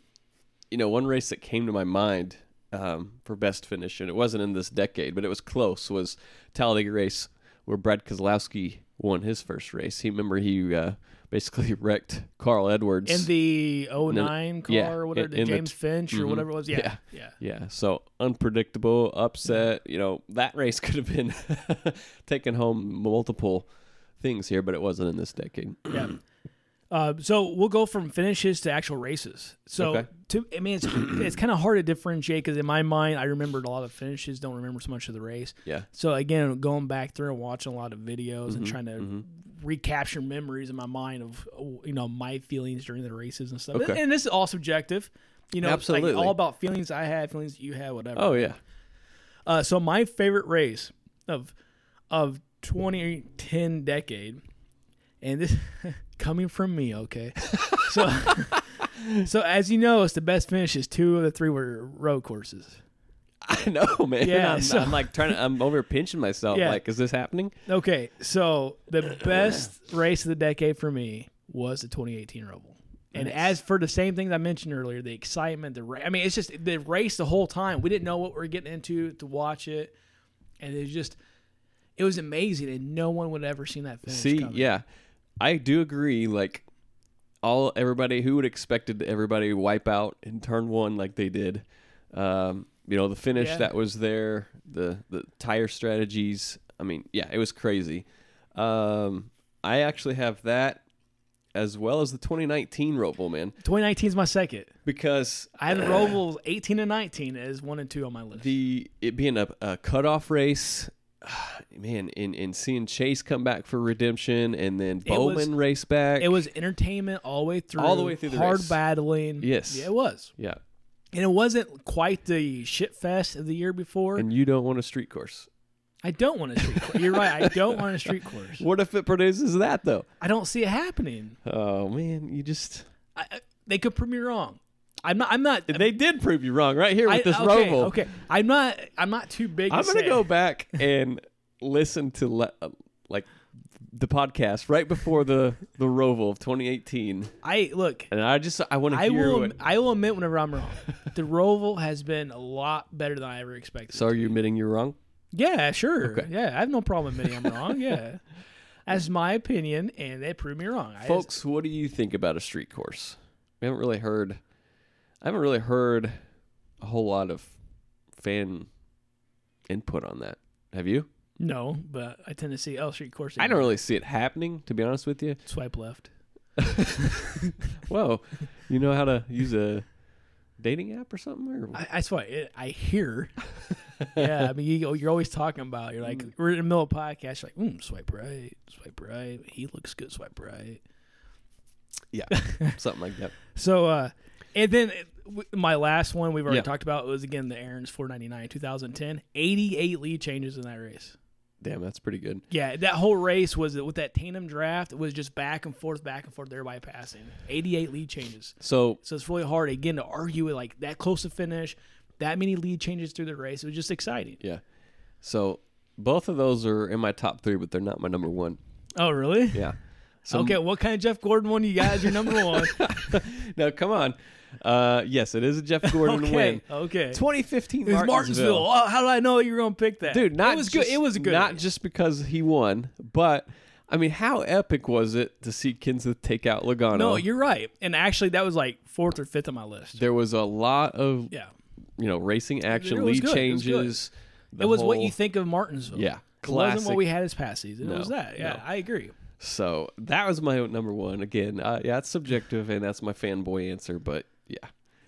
S3: you know, one race that came to my mind um, for best finish, and it wasn't in this decade, but it was close, was Talladega race where Brad Keselowski won his first race. He remember he uh, basically wrecked Carl Edwards.
S2: In the 09 car
S3: yeah,
S2: or whatever,
S3: in-
S2: the
S3: in the
S2: James
S3: t-
S2: Finch or
S3: mhm.
S2: whatever it was. Yeah, yeah.
S3: Yeah. yeah, so unpredictable, upset. You know, that race could have been taken home multiple things here, but it wasn't in this decade.
S2: Yeah. Uh, so we'll go from finishes to actual races. So
S3: Okay.
S2: to I mean, it's it's kind of hard to differentiate because in my mind, I remembered a lot of finishes, don't remember so much of the race.
S3: Yeah.
S2: So again, going back through and watching a lot of videos
S3: Mm-hmm,
S2: and trying to recapture memories in my mind of uh, you know my feelings during the races and stuff.
S3: Okay.
S2: And this is all subjective. You know, it's like
S3: Absolutely.
S2: all about feelings I had, feelings you had, whatever.
S3: Oh yeah.
S2: Uh, so my favorite race of of 2010 decade, and this coming from me, okay. So so as you know, it's the best finishes. Two of the three were road courses.
S3: I know, man.
S2: Yeah,
S3: I'm,
S2: so-
S3: I'm like trying to. I'm over pinching myself.
S2: Yeah.
S3: Like, is this happening?
S2: Okay, so the best race of the decade for me was the 2018 Roval. And as for the same things I mentioned earlier, the excitement, the ra- I mean, it's just the race the whole time. We didn't know what we were getting into to watch it, and it was just, it was amazing, and no one would have ever seen that finish.
S3: See,
S2: coming.
S3: yeah, I do agree. Like all everybody who would expected everybody to wipe out in turn one like they did. Um, you know the finish
S2: Yeah.
S3: that was there, the the tire strategies. I mean, yeah, it was crazy. Um, I actually have that as well as the 2019 Robo man
S2: 2019 is my second.
S3: because
S2: I had the Rovals 18 and 19 as one and two on my list.
S3: the it being a, a cutoff race. Man, and, and seeing Chase come back for redemption, and then Bowman
S2: was-
S3: race back.
S2: it was entertainment all the way through,
S3: All the way through the
S2: hard
S3: race.
S2: battling.
S3: Yes.
S2: yeah, it was,
S3: yeah,
S2: and it wasn't quite the shit fest of the year before.
S3: and you don't want a street course.
S2: I don't want a street course. You're right. I don't want a street course.
S3: What if it produces that though?
S2: I don't see it happening.
S3: Oh man, you just
S2: I, I- they could prove me wrong. I'm not. I'm not.
S3: they did prove you wrong right here
S2: I,
S3: with this
S2: okay,
S3: Roval.
S2: okay. I'm not. I'm not too big.
S3: I'm
S2: to
S3: gonna
S2: say.
S3: go back and listen to le- uh, like the podcast right before the the Roval of 2018,
S2: I look.
S3: and I just I want to
S2: I
S3: hear
S2: will.
S3: what.
S2: I will admit whenever I'm wrong. The Roval has been a lot better than I ever expected.
S3: So are you admitting you're wrong?
S2: yeah, sure.
S3: Okay.
S2: Yeah, I have no problem admitting I'm wrong. Yeah, that's my opinion, and they proved me wrong. I just-
S3: folks what do you think about a street course we haven't really heard i haven't really heard a whole lot of fan input on that have you
S2: no, but I tend to see L Street course.
S3: i don't really see it happening to be honest with you
S2: swipe left.
S3: whoa you know how to use a dating app or something or
S2: I, I swear, it, I hear. yeah, I mean, you, you're always talking about. You're like, we're in the middle of a podcast. You're like, mm, swipe right, swipe right. He looks good, swipe right.
S3: yeah something like that
S2: So, uh, and then uh, w- my last one we've already
S3: Yeah.
S2: talked about was again the Aaron's 499 2010. 88 lead changes in that race.
S3: Damn, that's pretty good.
S2: Yeah, that whole race was with that Tandem draft it was just back and forth, back and forth, everybody passing. 88 lead changes.
S3: So
S2: So it's really hard again to argue it like that close to finish, that many lead changes through the race. It was just exciting.
S3: yeah, so both of those are in my top three, but they're not my number one.
S2: Oh, really?
S3: Yeah. So
S2: Okay, what kind of Jeff Gordon one you got as your number one?
S3: Now come on. Uh, yes, it is a Jeff Gordon
S2: okay,
S3: win.
S2: okay.
S3: 2015
S2: It was Martinsville. Oh, how did I know you were gonna pick that,
S3: dude. Not
S2: it was
S3: just,
S2: good. It was a good.
S3: Not
S2: race.
S3: just because he won, but I mean, how epic was it to see Kenseth take out Logano?
S2: no, you're right. And actually, that was like fourth or fifth on my list.
S3: there was a lot of
S2: Yeah,
S3: you know racing
S2: It
S3: action,
S2: was good. It
S3: lead
S2: was good.
S3: changes. the
S2: it was what
S3: whole-
S2: you think of Martinsville.
S3: Yeah,
S2: it wasn't
S3: classic.
S2: what we had this past season.
S3: No,
S2: it was that. Yeah,
S3: no.
S2: I agree.
S3: So that was my number one. Again, uh, yeah, it's subjective and that's my fanboy answer, but yeah,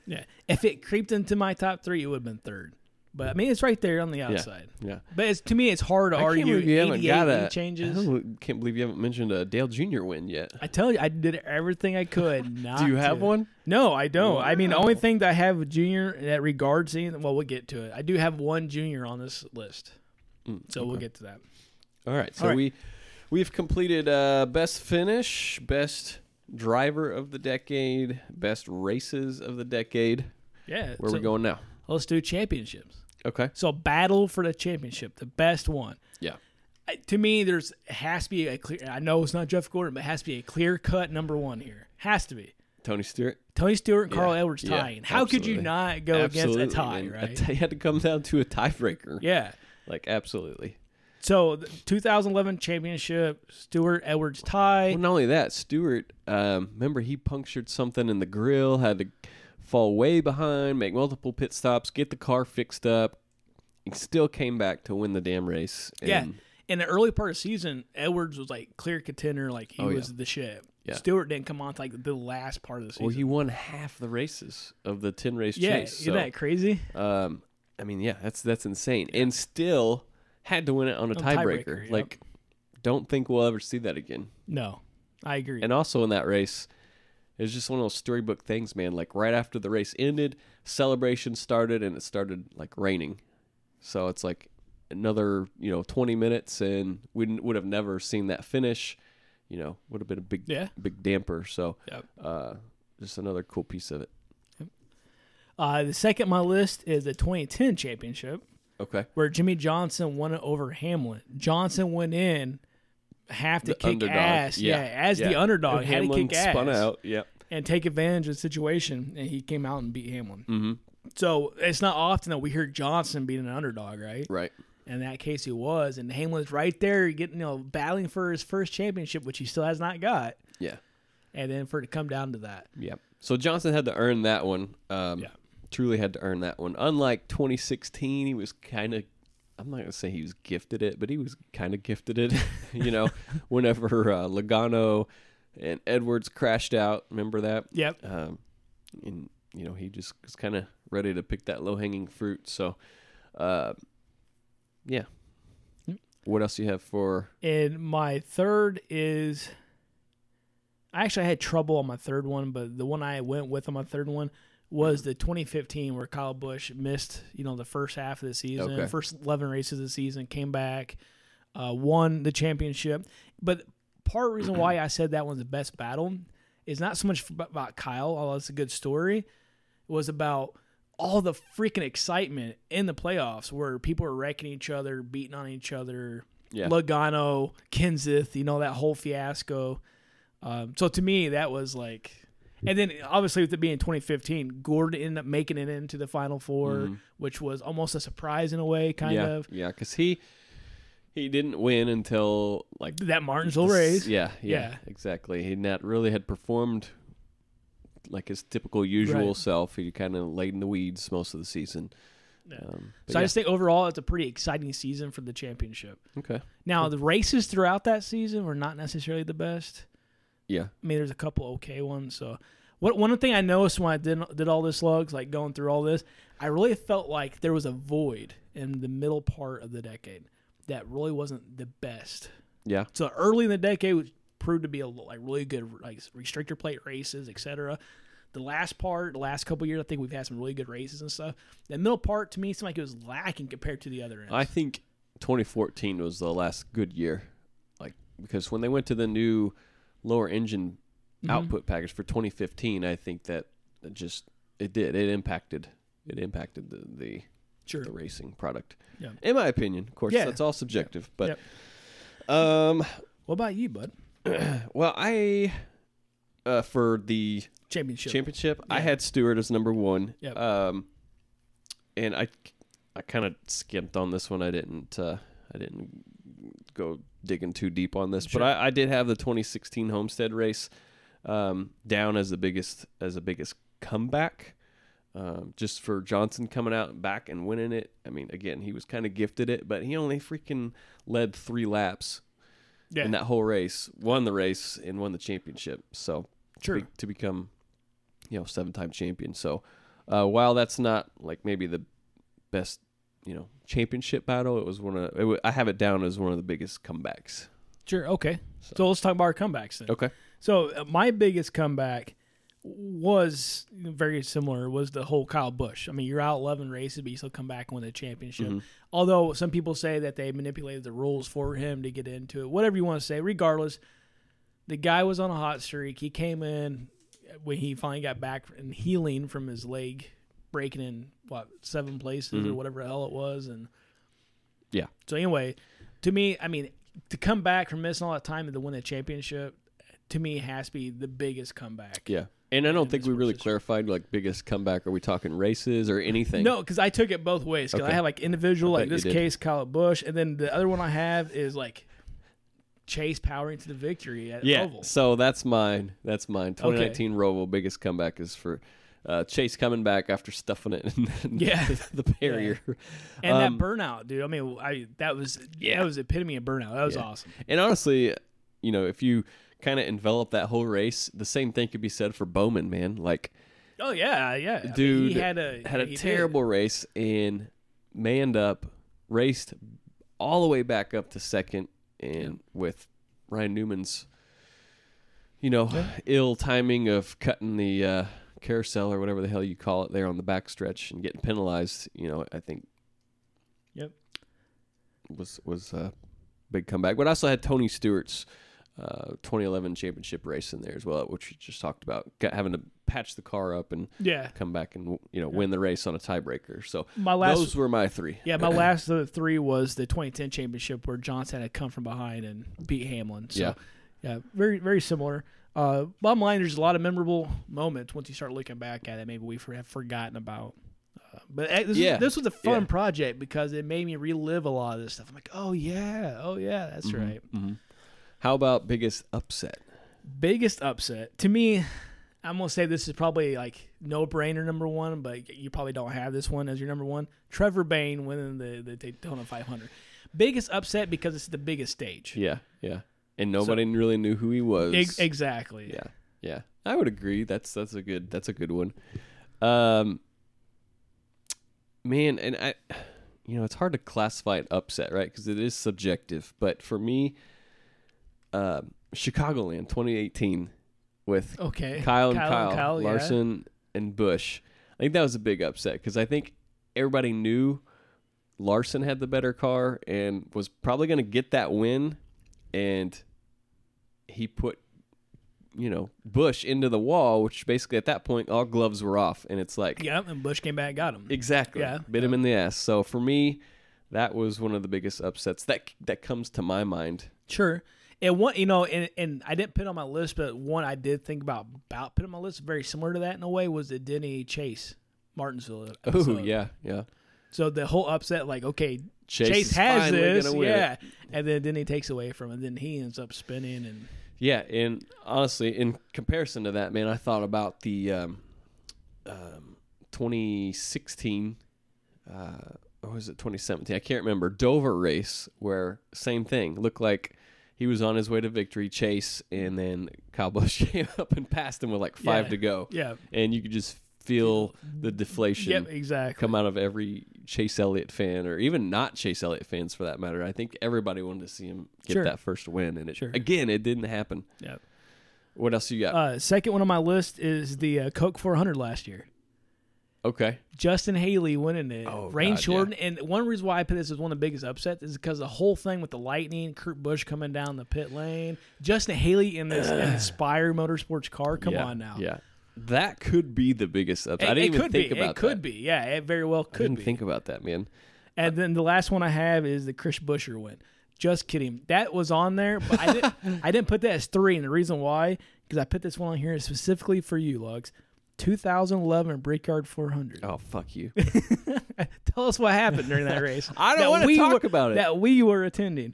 S2: Yeah, if it creeped into my top three, it would have been third. But I mean, it's right there on the
S3: yeah,
S2: outside.
S3: yeah.
S2: But it's to me, it's hard to
S3: I can't
S2: argue.
S3: believe you haven't
S2: 88
S3: got
S2: lead
S3: a
S2: changes.
S3: I can't believe you haven't mentioned a Dale Jr. win yet.
S2: I tell you, I did everything I could. Not
S3: Do you have
S2: to.
S3: one?
S2: No, I don't. I mean, the only thing that I have with junior that regards anything. Well, we'll get to it. I do have one junior on this list,
S3: Mm,
S2: so we'll get to that.
S3: All right, so
S2: All right.
S3: we we've completed uh, best finish, best driver of the decade, best races of the decade.
S2: Yeah,
S3: Where
S2: so
S3: are we going now?
S2: Let's do championships.
S3: Okay,
S2: So battle for the championship, the best one.
S3: yeah,
S2: I- to me, there's has to be a clear. I know it's not Jeff Gordon, but it has to be a clear cut number one here. Has to be
S3: Tony Stewart.
S2: Tony Stewart and Carl
S3: Yeah,
S2: Edwards
S3: yeah,
S2: tying. How could you
S3: absolutely.
S2: not go against a tie,
S3: man. A
S2: right?
S3: tie- you had to come down to a tiebreaker.
S2: yeah.
S3: like absolutely.
S2: So the 2011 championship, Stewart Edwards tie.
S3: Well, not only that, Stewart, um, remember he punctured something in the grill, had to fall way behind, make multiple pit stops, get the car fixed up. He still came back to win the damn race.
S2: yeah.
S3: and-
S2: In the early part of the season, Edwards was like clear contender, like he
S3: Oh, yeah.
S2: was the shit.
S3: Yeah.
S2: Stewart didn't come on to like the last part of the season.
S3: Well, he won half the races of the ten race
S2: yeah,
S3: chase.
S2: isn't that crazy?
S3: so, um, I mean, yeah, that's that's insane, and still had to win it on a tiebreaker.
S2: tiebreaker, yep.
S3: Like, don't think we'll ever see that again.
S2: No, I agree.
S3: And also in that race, it was just one of those storybook things, man. Like right after the race ended, celebration started, and it started like raining. So it's like another you know twenty minutes, and we would have never seen that finish. You know, would have been a big
S2: Yeah.
S3: big damper. So
S2: Yep.
S3: uh, just another cool piece of it.
S2: Uh, the second on my list is the 2010 championship
S3: Okay.
S2: where Jimmy Johnson won it over Hamlin. Johnson went in half to kick ass, yeah, as the underdog,
S3: And
S2: had to
S3: Hamlin
S2: kick ass
S3: spun out. Yeah,
S2: and take advantage of the situation, and he came out and beat Hamlin. Mm-hmm. So it's not often that we hear Johnson being an underdog, right?
S3: right.
S2: In that case, he was, and Hamlin's right there, getting you know battling for his first championship, which he still has not got,
S3: Yeah,
S2: and then for it to come down to that,
S3: yeah. So Johnson had to earn that one. Um,
S2: Yeah.
S3: Truly had to earn that one. Unlike 2016, he was kind of. I'm not gonna say he was gifted it, but he was kind of gifted it. you know, whenever uh, Logano and Edwards crashed out, remember that?
S2: Yep.
S3: Um, and you know he just was kind of ready to pick that low hanging fruit. So, uh, yeah. What else do you have for
S2: And my third is I actually had trouble on my third one, but the one I went with on my third one was the 2015 where Kyle Busch missed, you know, the first half of the season,
S3: Okay.
S2: first 11 races of the season, came back, uh, won the championship. But part of the reason why I said that one's the best battle is not so much f- about Kyle, although it's a good story, it was about all the freaking excitement in the playoffs where people were wrecking each other, beating on each other,
S3: Yeah.
S2: Logano, Kenseth, you know, that whole fiasco. Um, so to me, that was like, and then obviously with it being 2015, Gordon ended up making it into the Final 4 which was almost a surprise in a way, kind
S3: Mm-hmm. yeah,
S2: of.
S3: Yeah, because he he didn't win until like
S2: That Martinsville
S3: the s-
S2: race.
S3: Yeah, yeah,
S2: Yeah.
S3: exactly. He not really had performed like his typical usual
S2: Right.
S3: self. He kind of laid in the weeds most of the season. Um, but
S2: So I
S3: yeah, Mm-hmm.
S2: just think overall, it's a pretty exciting season for the championship.
S3: okay,
S2: Now the races throughout that season were not necessarily the best.
S3: yeah,
S2: I mean, there's a couple okay ones. So, what one thing I noticed when I did did all this lugs, like going through all this, I really felt like there was a void in the middle part of the decade that really wasn't the best.
S3: yeah,
S2: So early in the decade was proved to be a like really good like restrictor plate races, etc. The last part, the last couple years, I think we've had some really good races and stuff. The middle part to me seemed like it was lacking compared to the other end.
S3: I think 2014 was the last good year, like because when they went to the new lower engine
S2: Mm-hmm.
S3: output package for 2015, I think that it just it did it impacted it impacted the the,
S2: Sure.
S3: the racing product.
S2: Yeah.
S3: In my opinion, of course,
S2: Yeah.
S3: that's all subjective. But
S2: Yep.
S3: um,
S2: What about you, bud?
S3: well, I uh, for the
S2: Championship.
S3: championship. I
S2: Yeah.
S3: had Stewart as number one.
S2: Yep.
S3: Um, and I, I kind of skimped on this one. I didn't. Uh, I didn't go digging too deep on this,
S2: Sure.
S3: but I, I did have the 2016 Homestead race um, down as the biggest as the biggest comeback. Um, just for Johnson coming out and back and winning it. I mean, again, he was kind of gifted it, but he only freaking led three laps
S2: yeah.
S3: in that whole race, won the race, and won the championship. So
S2: Sure.
S3: to, be- to become, you know, seven-time champion. So uh, while that's not like maybe the best, you know, championship battle, it was one of it, wa- I have it down as one of the biggest comebacks.
S2: Sure. Okay. So, let's talk about our comebacks then.
S3: Okay,
S2: So uh, my biggest comeback was very similar. Was the whole Kyle Bush. I mean, you're out 11 races, but you still come back and win the championship. Although some people say that they manipulated the rules for him to get into it. Whatever you want to say, regardless, the guy was on a hot streak. He came in when he finally got back and healing from his leg breaking in what seven places or whatever the hell it was, and
S3: yeah,
S2: so anyway, to me, I mean, to come back from missing all that time and to win the championship, to me has to be the biggest comeback.
S3: yeah. And I don't think
S2: this
S3: we
S2: was
S3: really
S2: just-
S3: clarified like biggest comeback. Are we talking races or anything?
S2: No, because I took it both ways. Because
S3: Okay.
S2: I have like individual,
S3: I
S2: like
S3: bet you
S2: this
S3: did.
S2: case, Kyle Bush, and then the other one I have is like Chase powering to the victory at
S3: Yeah.
S2: Oval.
S3: So that's mine. That's mine. 2019 Roval biggest comeback is for uh, Chase coming back after stuffing it in the,
S2: Yeah.
S3: the barrier.
S2: And
S3: Um,
S2: that burnout, dude. I mean, I that was
S3: Yeah.
S2: that was epitome of burnout. That was
S3: Yeah.
S2: awesome.
S3: And honestly, you know, if you kind of envelop that whole race, the same thing could be said for Bowman, man. Like,
S2: Oh yeah, yeah. I mean,
S3: dude
S2: he had a
S3: had a
S2: he did.
S3: terrible race and manned up, raced all the way back up to second, and with Ryan Newman's, you know, ill timing of cutting the uh, carousel or whatever the hell you call it there on the backstretch and getting penalized. You know, I think
S2: Yep.
S3: was was a big comeback. But I also had Tony Stewart's uh, 2011 championship race in there as well, which we just talked about, got, having to patch the car up and
S2: Yeah.
S3: come back and you know win the race on a tiebreaker. So
S2: My last-
S3: those were my three.
S2: Yeah, my last of the three was the 2010 championship where Johnson had come from behind and beat Hamlin. So, yeah,
S3: Yeah.
S2: very very similar. Uh, bottom line, there's a lot of memorable moments once you start looking back at it. Maybe we for- have forgotten about. Uh, but eh, this,
S3: Yeah,
S2: was, this was a fun
S3: yeah.
S2: project because it made me relive a lot of this stuff. I'm like, oh yeah, oh yeah, that's
S3: Mm-hmm.
S2: right.
S3: How about biggest upset?
S2: Biggest upset to me, I'm gonna say this is probably like no brainer number one, but you probably don't have this one as your number one. Trevor Bain winning the, the Daytona 500. Biggest upset because it's the biggest stage.
S3: Yeah, yeah. And nobody really knew who he was.
S2: Ex- exactly.
S3: Yeah, yeah. I would agree. That's that's a good that's a good one. Um, man, and I, you know, it's hard to classify an upset, right? Because it is subjective. But for me, um, Chicagoland 2018 with
S2: Okay.
S3: Kyle and Kyle,
S2: yeah.
S3: Larson and Bush. I think that was a big upset because I think everybody knew Larson had the better car and was probably going to get that win, and he put you know Bush into the wall, which basically at that point all gloves were off, and it's like
S2: Yep, and Bush came back, and got him.
S3: exactly
S2: Yeah.
S3: bit him in the ass. So for me. That was one of the biggest upsets that that comes to my mind.
S2: Sure. And one, you know, and, and I didn't put it on my list, but one I did think about about putting on my list, very similar to that in a way, was the Denny Chase Martinsville.
S3: Oh
S2: episode.
S3: yeah, yeah.
S2: So the whole upset, like, okay,
S3: Chase
S2: Chase,
S3: is
S2: has
S3: finally
S2: this,
S3: gonna win it.
S2: yeah, and then then he takes away from, him, and then he ends up spinning, and
S3: Yeah, and honestly, in comparison to that, man, I thought about the um, um, 2016, uh, or was it 2017? I can't remember. Dover race where same thing looked like he was on his way to victory, chase, and then Kyle Busch came up and passed him with like five
S2: Yeah,
S3: to go.
S2: yeah.
S3: and you could just feel the deflation
S2: yep, exactly.
S3: come out of every Chase Elliott fan, or even not Chase Elliott fans for that matter. I think everybody wanted to see him get
S2: Sure.
S3: that first win, and it,
S2: Sure.
S3: again, it didn't happen.
S2: Yep.
S3: What else you got?
S2: Uh, second one on my list is the uh, Coke 400 last year.
S3: Okay.
S2: Justin Haley winning it.
S3: Oh,
S2: Rain
S3: God, yeah.
S2: Jordan. And one reason why I put this as one of the biggest upsets is because the whole thing with the Lightning, Kurt Busch coming down the pit lane, Justin Haley in this Inspire Motorsports car. Come
S3: yeah.
S2: on now.
S3: Yeah. That could be the biggest upset.
S2: It,
S3: I didn't
S2: it
S3: even
S2: could
S3: think
S2: be.
S3: about
S2: it could
S3: that.
S2: be. Yeah, it very well
S3: I
S2: could
S3: didn't
S2: be.
S3: think about that, man.
S2: and then the last one I have is the Chris Busher win. Just kidding. That was on there, but I didn't, I didn't put that as three. And the reason why, because I put this one on here specifically for you, Lugs. 2011 Brickyard 400.
S3: Oh fuck you.
S2: Tell us what happened during that race.
S3: I don't
S2: that
S3: wanna
S2: we
S3: talk
S2: were-
S3: about it.
S2: That we were attending.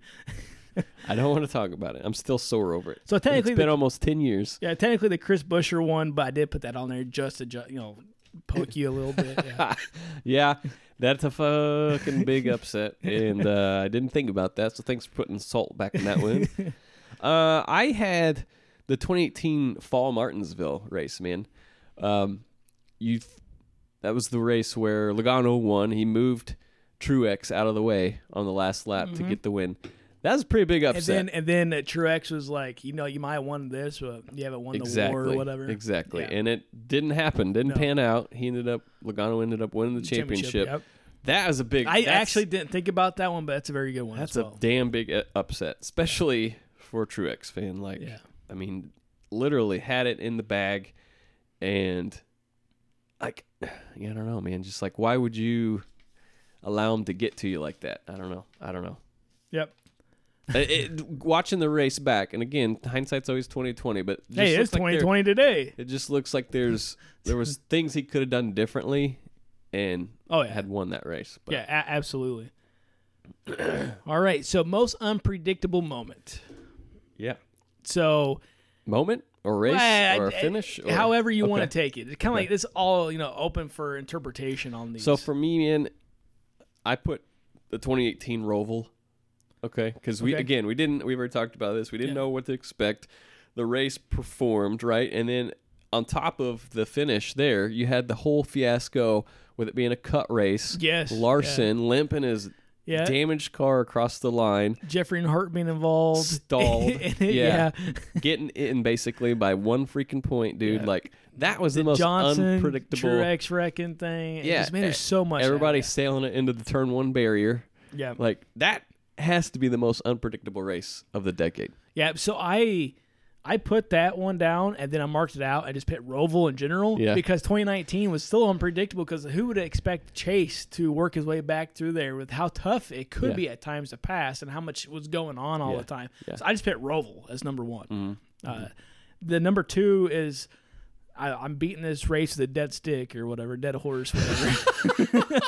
S3: I don't want to talk about it. I'm still sore over it.
S2: So technically
S3: it's been
S2: the-
S3: almost ten years.
S2: Yeah, technically the Chris Busher one, but I did put that on there just to, ju- you know, poke you a little bit. Yeah.
S3: Yeah, that's a fucking big upset, and uh, I didn't think about that. So thanks for putting salt back in that one. Uh, I had the 2018 Fall Martinsville race, man. Um, you, that was the race where Logano won. He moved Truex out of the way on the last lap to get the win. That was a pretty big
S2: Mm-hmm. And
S3: upset.
S2: then and then uh, Truex was like, you know, you might have won this, but you haven't won
S3: exactly.
S2: the war or whatever.
S3: Exactly,
S2: Yeah.
S3: and it didn't happen. Didn't
S2: No.
S3: pan out. He ended up Logano ended up winning the championship.
S2: Championship, yep.
S3: That was a big.
S2: I
S3: that's-
S2: actually didn't think about that one, but that's a very good one.
S3: That's
S2: as
S3: a
S2: well.
S3: damn big uh, upset, especially for a Truex fan. Like,
S2: Yeah.
S3: I mean, literally had it in the bag, and like, yeah, I don't know, man. Just like, why would you allow him to get to you like that? I don't know. I don't know.
S2: Yep.
S3: it, it- watching the race back, and again, hindsight's always twenty twenty. But it just
S2: Hey, it's
S3: looks like there-
S2: 2020 today.
S3: It just looks like there's there was things he could have done differently, and
S2: Oh, yeah.
S3: had won that race. But
S2: Yeah, a- absolutely. All right, so most unpredictable moment.
S3: yeah.
S2: So
S3: moment or race
S2: Uh,
S3: or
S2: d-
S3: finish, or,
S2: however you want
S3: Okay.
S2: to take it. It's kind of like this all you know open for interpretation on these.
S3: So for me, man, I put the 2018 Roval. Okay, because we
S2: Okay.
S3: again we didn't we already talked about this. We didn't know what to expect. The race performed right, and then on top of the finish, there you had the whole fiasco with it being a cut race.
S2: Yes, yeah.
S3: Larson limping his
S2: Yeah.
S3: damaged car across the line,
S2: Jeffrey and Hart being involved,
S3: Stalled.
S2: And-
S3: Yeah.
S2: yeah.
S3: getting in basically by one freaking point, dude. Like that was the, most
S2: Johnson,
S3: unpredictable.
S2: Truex wrecking thing. It just, man, there's
S3: e-
S2: so much.
S3: Everybody
S2: happening.
S3: sailing it into the turn one barrier.
S2: Yeah.
S3: Like that has to be the most unpredictable race of the decade.
S2: Yeah, so I I put that one down and then I marked it out. I just put Roval in general
S3: Yeah.
S2: because 2019 was still unpredictable because who would expect Chase to work his way back through there with how tough it could
S3: Yeah.
S2: be at times to pass and how much was going on all the time. So I just put Roval as number one.
S3: Mm-hmm.
S2: Uh, the number two is I, I'm beating this race with a dead stick or whatever, dead horse, whatever.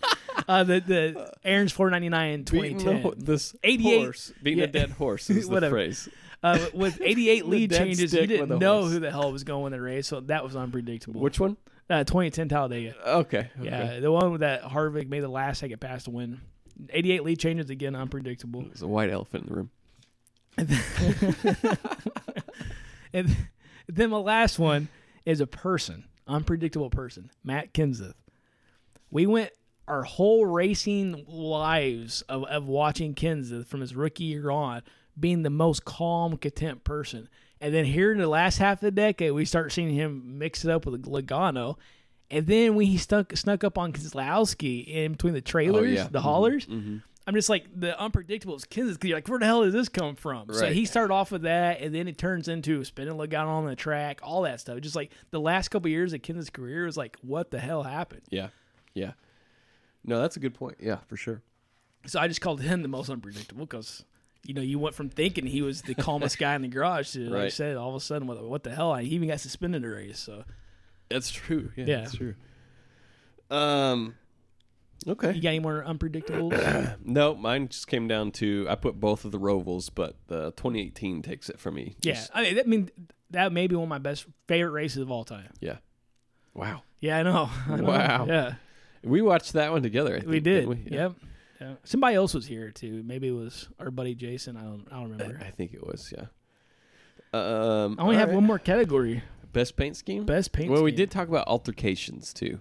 S2: uh, the the Aaron's 499 in 2010.
S3: ho- this
S2: 88
S3: horse, beating a
S2: yeah.
S3: dead horse is the
S2: Whatever.
S3: phrase.
S2: uh, with 88 lead
S3: dead
S2: changes, you
S3: stick with a
S2: didn't know
S3: horse.
S2: who the hell was going in the race, so that was unpredictable.
S3: Which one?
S2: uh, 2010 Talladega?
S3: Okay. okay.
S2: Yeah, the one that Harvick made the last second pass to win. 88 lead changes again, unpredictable.
S3: There's a white elephant in the room.
S2: And then my last one is a person, unpredictable person, Matt Kenseth. We went our whole racing lives of, of watching Kenseth from his rookie year on being the most calm, content person. And then here in the last half of the decade, we start seeing him mix it up with Logano. And then when he stuck, snuck up on Kozlowski in between the trailers,
S3: yeah.
S2: the haulers, I'm just like, the unpredictable is Kenseth. 'cause you're like, where the hell did this come from? So
S3: Right.
S2: he started off with that, and then it turns into spinning Logano on the track, all that stuff. Just like the last couple years of Kenseth's career was like, what the hell happened?
S3: Yeah. Yeah. No, that's a good point. Yeah, for sure.
S2: So I just called him the most unpredictable because you know you went from thinking he was the calmest guy in the garage to like I
S3: Right.
S2: said all of a sudden what, what the hell he even got suspended in a race. So
S3: That's true. Yeah,
S2: Yeah.
S3: that's true. Um
S2: you
S3: Okay.
S2: got any more unpredictable?
S3: No, mine just came down to I put both of the Rovals, but the 2018 takes it for me.
S2: yeah,
S3: Just-
S2: I mean, that- I mean that may be one of my best favorite races of all time.
S3: yeah. Wow.
S2: Yeah, I know. I know.
S3: Wow.
S2: Yeah,
S3: We watched that one together. I
S2: we
S3: think, didn't
S2: did.
S3: Yeah.
S2: Yep. Yeah. Somebody else was here too. Maybe it was our buddy Jason. I don't. I don't remember.
S3: I think it was, yeah. Um,
S2: I only
S3: all
S2: have
S3: right.
S2: one more category.
S3: best paint scheme.
S2: Best paint
S3: Well, we
S2: scheme.
S3: did talk about altercations too.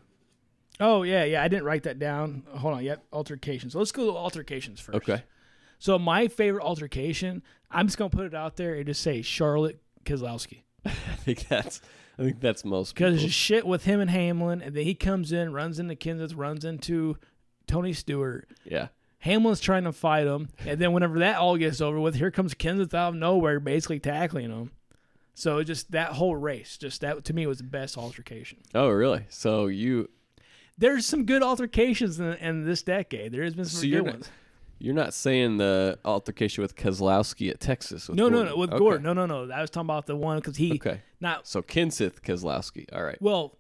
S2: Oh yeah, yeah. I didn't write that down. Hold on. Yep. Altercations. So let's go to altercations first.
S3: Okay.
S2: So my favorite altercation, I'm just gonna put it out there and just say Charlotte Kozlowski.
S3: I think that's I think that's most
S2: because
S3: people.
S2: shit with him and Hamlin, and then he comes in, runs into Kenseth, runs into Tony Stewart.
S3: yeah.
S2: Hamlin's trying to fight him, and then whenever that all gets over with, here comes Kenseth out of nowhere, basically tackling him. So just that whole race, just that to me was the best altercation.
S3: Oh, really? So you
S2: There's some good altercations in, in this decade. There has been some
S3: So you're
S2: good
S3: not-
S2: ones.
S3: you're not saying the altercation with Kozlowski at Texas? With
S2: No,
S3: Gordon.
S2: no, no, with
S3: Okay.
S2: Gordon. No, no, no. I was talking about the one because he
S3: Okay.
S2: not
S3: So Kenseth Kozlowski. All right.
S2: well.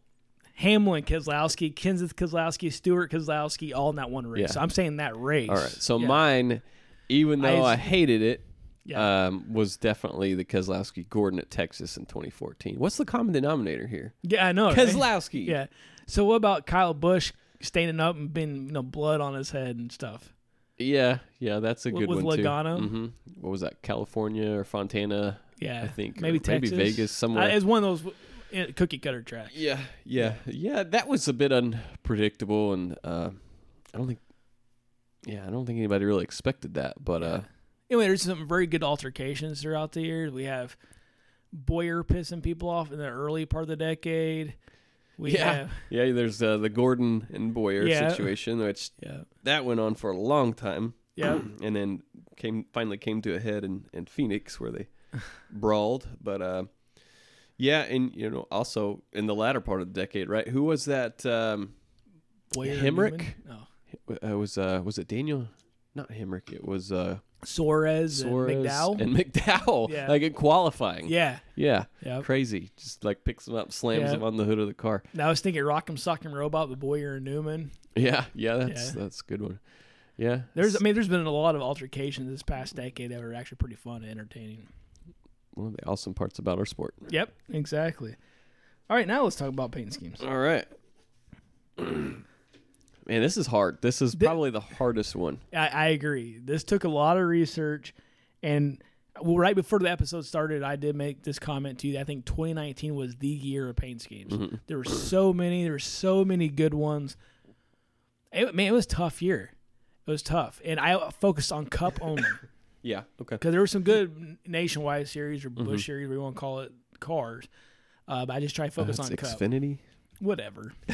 S2: Hamlin Kozlowski, Kenseth Kozlowski, Stewart Kozlowski, all in that one race.
S3: Yeah.
S2: So I'm saying that race.
S3: All right. So
S2: Yeah.
S3: mine, even though I,
S2: I-
S3: hated it,
S2: Yeah.
S3: um, was definitely the Kozlowski Gordon at Texas in 2014. What's the common denominator here?
S2: Yeah, I know. right?
S3: Kozlowski.
S2: Yeah. So what about Kyle Bush standing up and being you know blood on his head and stuff?
S3: Yeah. Yeah. That's a
S2: With-
S3: good
S2: with
S3: one too.
S2: Logano?
S3: hmm What was that? California or Fontana?
S2: Yeah,
S3: I think
S2: maybe
S3: or maybe
S2: Texas,
S3: Vegas somewhere.
S2: Uh, it's one of those uh, cookie cutter tracks.
S3: Yeah, yeah, yeah. That was a bit unpredictable, and uh, I don't think, yeah, I don't think anybody really expected that. But uh,
S2: Anyway, there's some very good altercations throughout the years. We have Boyer pissing people off in the early part of the decade. We
S3: yeah,
S2: have
S3: yeah. There's uh, the Gordon and Boyer
S2: Yeah.
S3: situation, which
S2: yeah,
S3: that went on for a long time.
S2: Yeah.
S3: and then came finally came to a head in, in Phoenix where they brawled. But uh, yeah, and you know also in the latter part of the decade, right? Who was that? Um,
S2: Boyer
S3: Hemrick?
S2: Newman? No,
S3: uh, was uh, was it Daniel? Not Hemrick. It was uh,
S2: Suarez,
S3: Suarez
S2: and McDowell.
S3: and McDowell,
S2: Yeah.
S3: like in qualifying.
S2: yeah.
S3: Yeah.
S2: Yep.
S3: Crazy. Just like picks them up, slams
S2: Yeah.
S3: them on the hood of the car.
S2: Now I was thinking Rock'em Sock'em Robot, but Boyer and Newman.
S3: Yeah. Yeah. That's
S2: Yeah.
S3: that's a good one. Yeah.
S2: There's, I
S3: S-
S2: mean, there's been a lot of altercations this past decade that were actually pretty fun and entertaining.
S3: one of the awesome parts about our sport.
S2: Yep, exactly. All right, now let's talk about paint schemes.
S3: All right. Man, this is hard. This is probably the hardest one.
S2: I, I agree. This took a lot of research, and well, right before the episode started, I did make this comment to you. That I think 2019 was the year of paint schemes. There were so many. There were so many good ones. It, man, it was a tough year. It was tough, and I focused on cup only
S3: Yeah. Okay.
S2: because there were some good nationwide series or Bush series, we want to call it cars. Uh, but I just try to focus
S3: That's
S2: on cup.
S3: Xfinity.
S2: Whatever.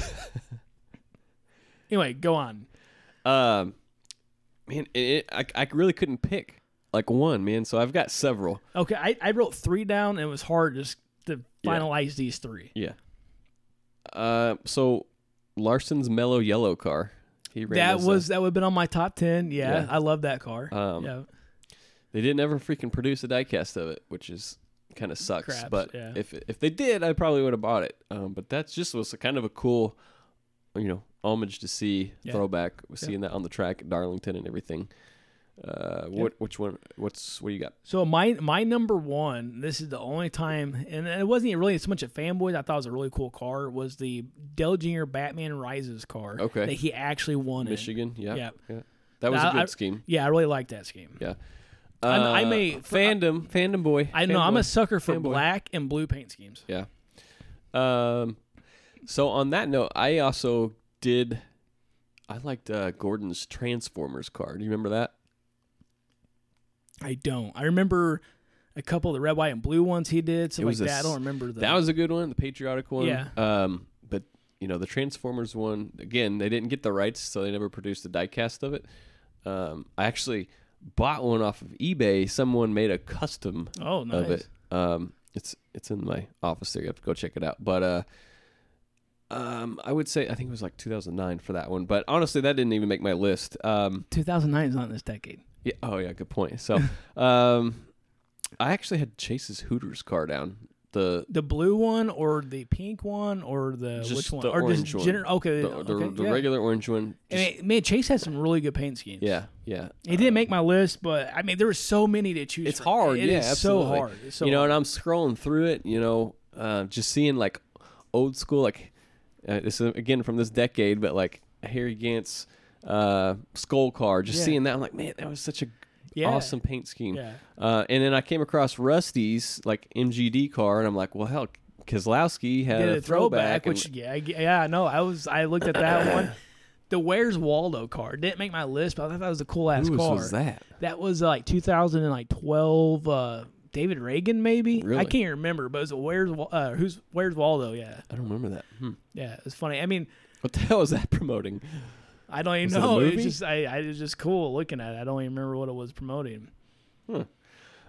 S2: anyway, go on.
S3: Um, man, it, it, I, I really couldn't pick like one, man. So I've got several.
S2: Okay, I, I wrote three down and it was hard just to
S3: Yeah.
S2: finalize these three.
S3: Yeah. Uh, so Larson's mellow yellow car. He ran
S2: That
S3: this, uh,
S2: was that would have been on my top ten. Yeah,
S3: Yeah.
S2: I love that car.
S3: Um,
S2: yeah,
S3: They didn't ever freaking produce a diecast of it, which is kind of sucks.
S2: Craps,
S3: but
S2: yeah.
S3: if if they did, I probably would have bought it. Um, but that's just was a kind of a cool, you know, homage to see
S2: Yeah.
S3: throwback. Was seeing that on the track at Darlington and everything. Uh, what which one? What's what do you got?
S2: So my my number one, this is the only time, and it wasn't really so much a fanboy. I thought it was a really cool car. Was the Dell Jr. Batman Rises car?
S3: Okay.
S2: that he actually won. in.
S3: Michigan. Yeah.
S2: Yeah.
S3: That was
S2: Now,
S3: a good
S2: I-
S3: scheme.
S2: Yeah, I really like that scheme.
S3: Yeah.
S2: I'm- I'm
S3: Uh,
S2: a- for-
S3: fandom fandom boy.
S2: I know I'm
S3: Fanboy.
S2: a sucker for
S3: Fanboy.
S2: black and blue paint schemes.
S3: Yeah. Um. So on that note, I also did. I liked uh, Gordon's Transformers car. Do you remember that?
S2: I don't. I remember a couple of the red, white, and blue ones he did. So
S3: It
S2: like
S3: was a
S2: that. I
S3: s-
S2: don't remember the,
S3: That was a good one, the patriotic one.
S2: Yeah.
S3: Um. But you know the Transformers one again. They didn't get the rights, so they never produced a diecast of it. Um. I actually bought one off of eBay. Someone made a custom
S2: Oh, nice.
S3: of it. Um, it's it's in my office there. You have to go check it out. But uh, um, I would say I think it was like 2009 for that one. But honestly, that didn't even make my list. Um,
S2: 2009 is not in this decade.
S3: yeah. Oh yeah. Good point. So, um, I actually had Chase's Hooters car down. The
S2: The blue one or the pink one or the
S3: just
S2: Uh, which one
S3: the
S2: or
S3: orange
S2: just
S3: one.
S2: gener- okay,
S3: The, the,
S2: okay,
S3: the
S2: yeah.
S3: regular orange one.
S2: I
S3: Just-
S2: mean, man, Chase had some really good paint schemes.
S3: yeah. Yeah.
S2: He didn't make my list, but I mean, there were so many to choose.
S3: It's
S2: from.
S3: hard.
S2: It
S3: yeah,
S2: is so
S3: absolutely.
S2: hard. It's so
S3: you know,
S2: hard.
S3: and I'm scrolling through it. You know, uh, just seeing like old school, like uh, this is, again from this decade, but like Harry Gant's uh, skull car. Just
S2: Yeah.
S3: seeing that, I'm like, man, that was such a
S2: Yeah.
S3: awesome paint scheme.
S2: Yeah.
S3: Uh, and then I came across Rusty's like MGD car, and I'm like, well, hell, Kozlowski had
S2: Did
S3: a throwback, and-
S2: which yeah, I g- yeah, I know. I was I looked at that one. The Where's Waldo car didn't make my list, but I thought that was uh, a cool ass
S3: Whose
S2: car.
S3: was that?
S2: That was like 2012 uh, David Reagan, maybe.
S3: Really?
S2: I can't even remember, but it was a Where's Wa- uh, Who's Where's Waldo? Yeah,
S3: I don't remember that. Hmm.
S2: yeah, it's funny. I mean,
S3: What the hell is that promoting?
S2: I don't even
S3: Was it a
S2: know. It's
S3: movie?
S2: just I, I it was just cool looking at it. I don't even remember what it was promoting.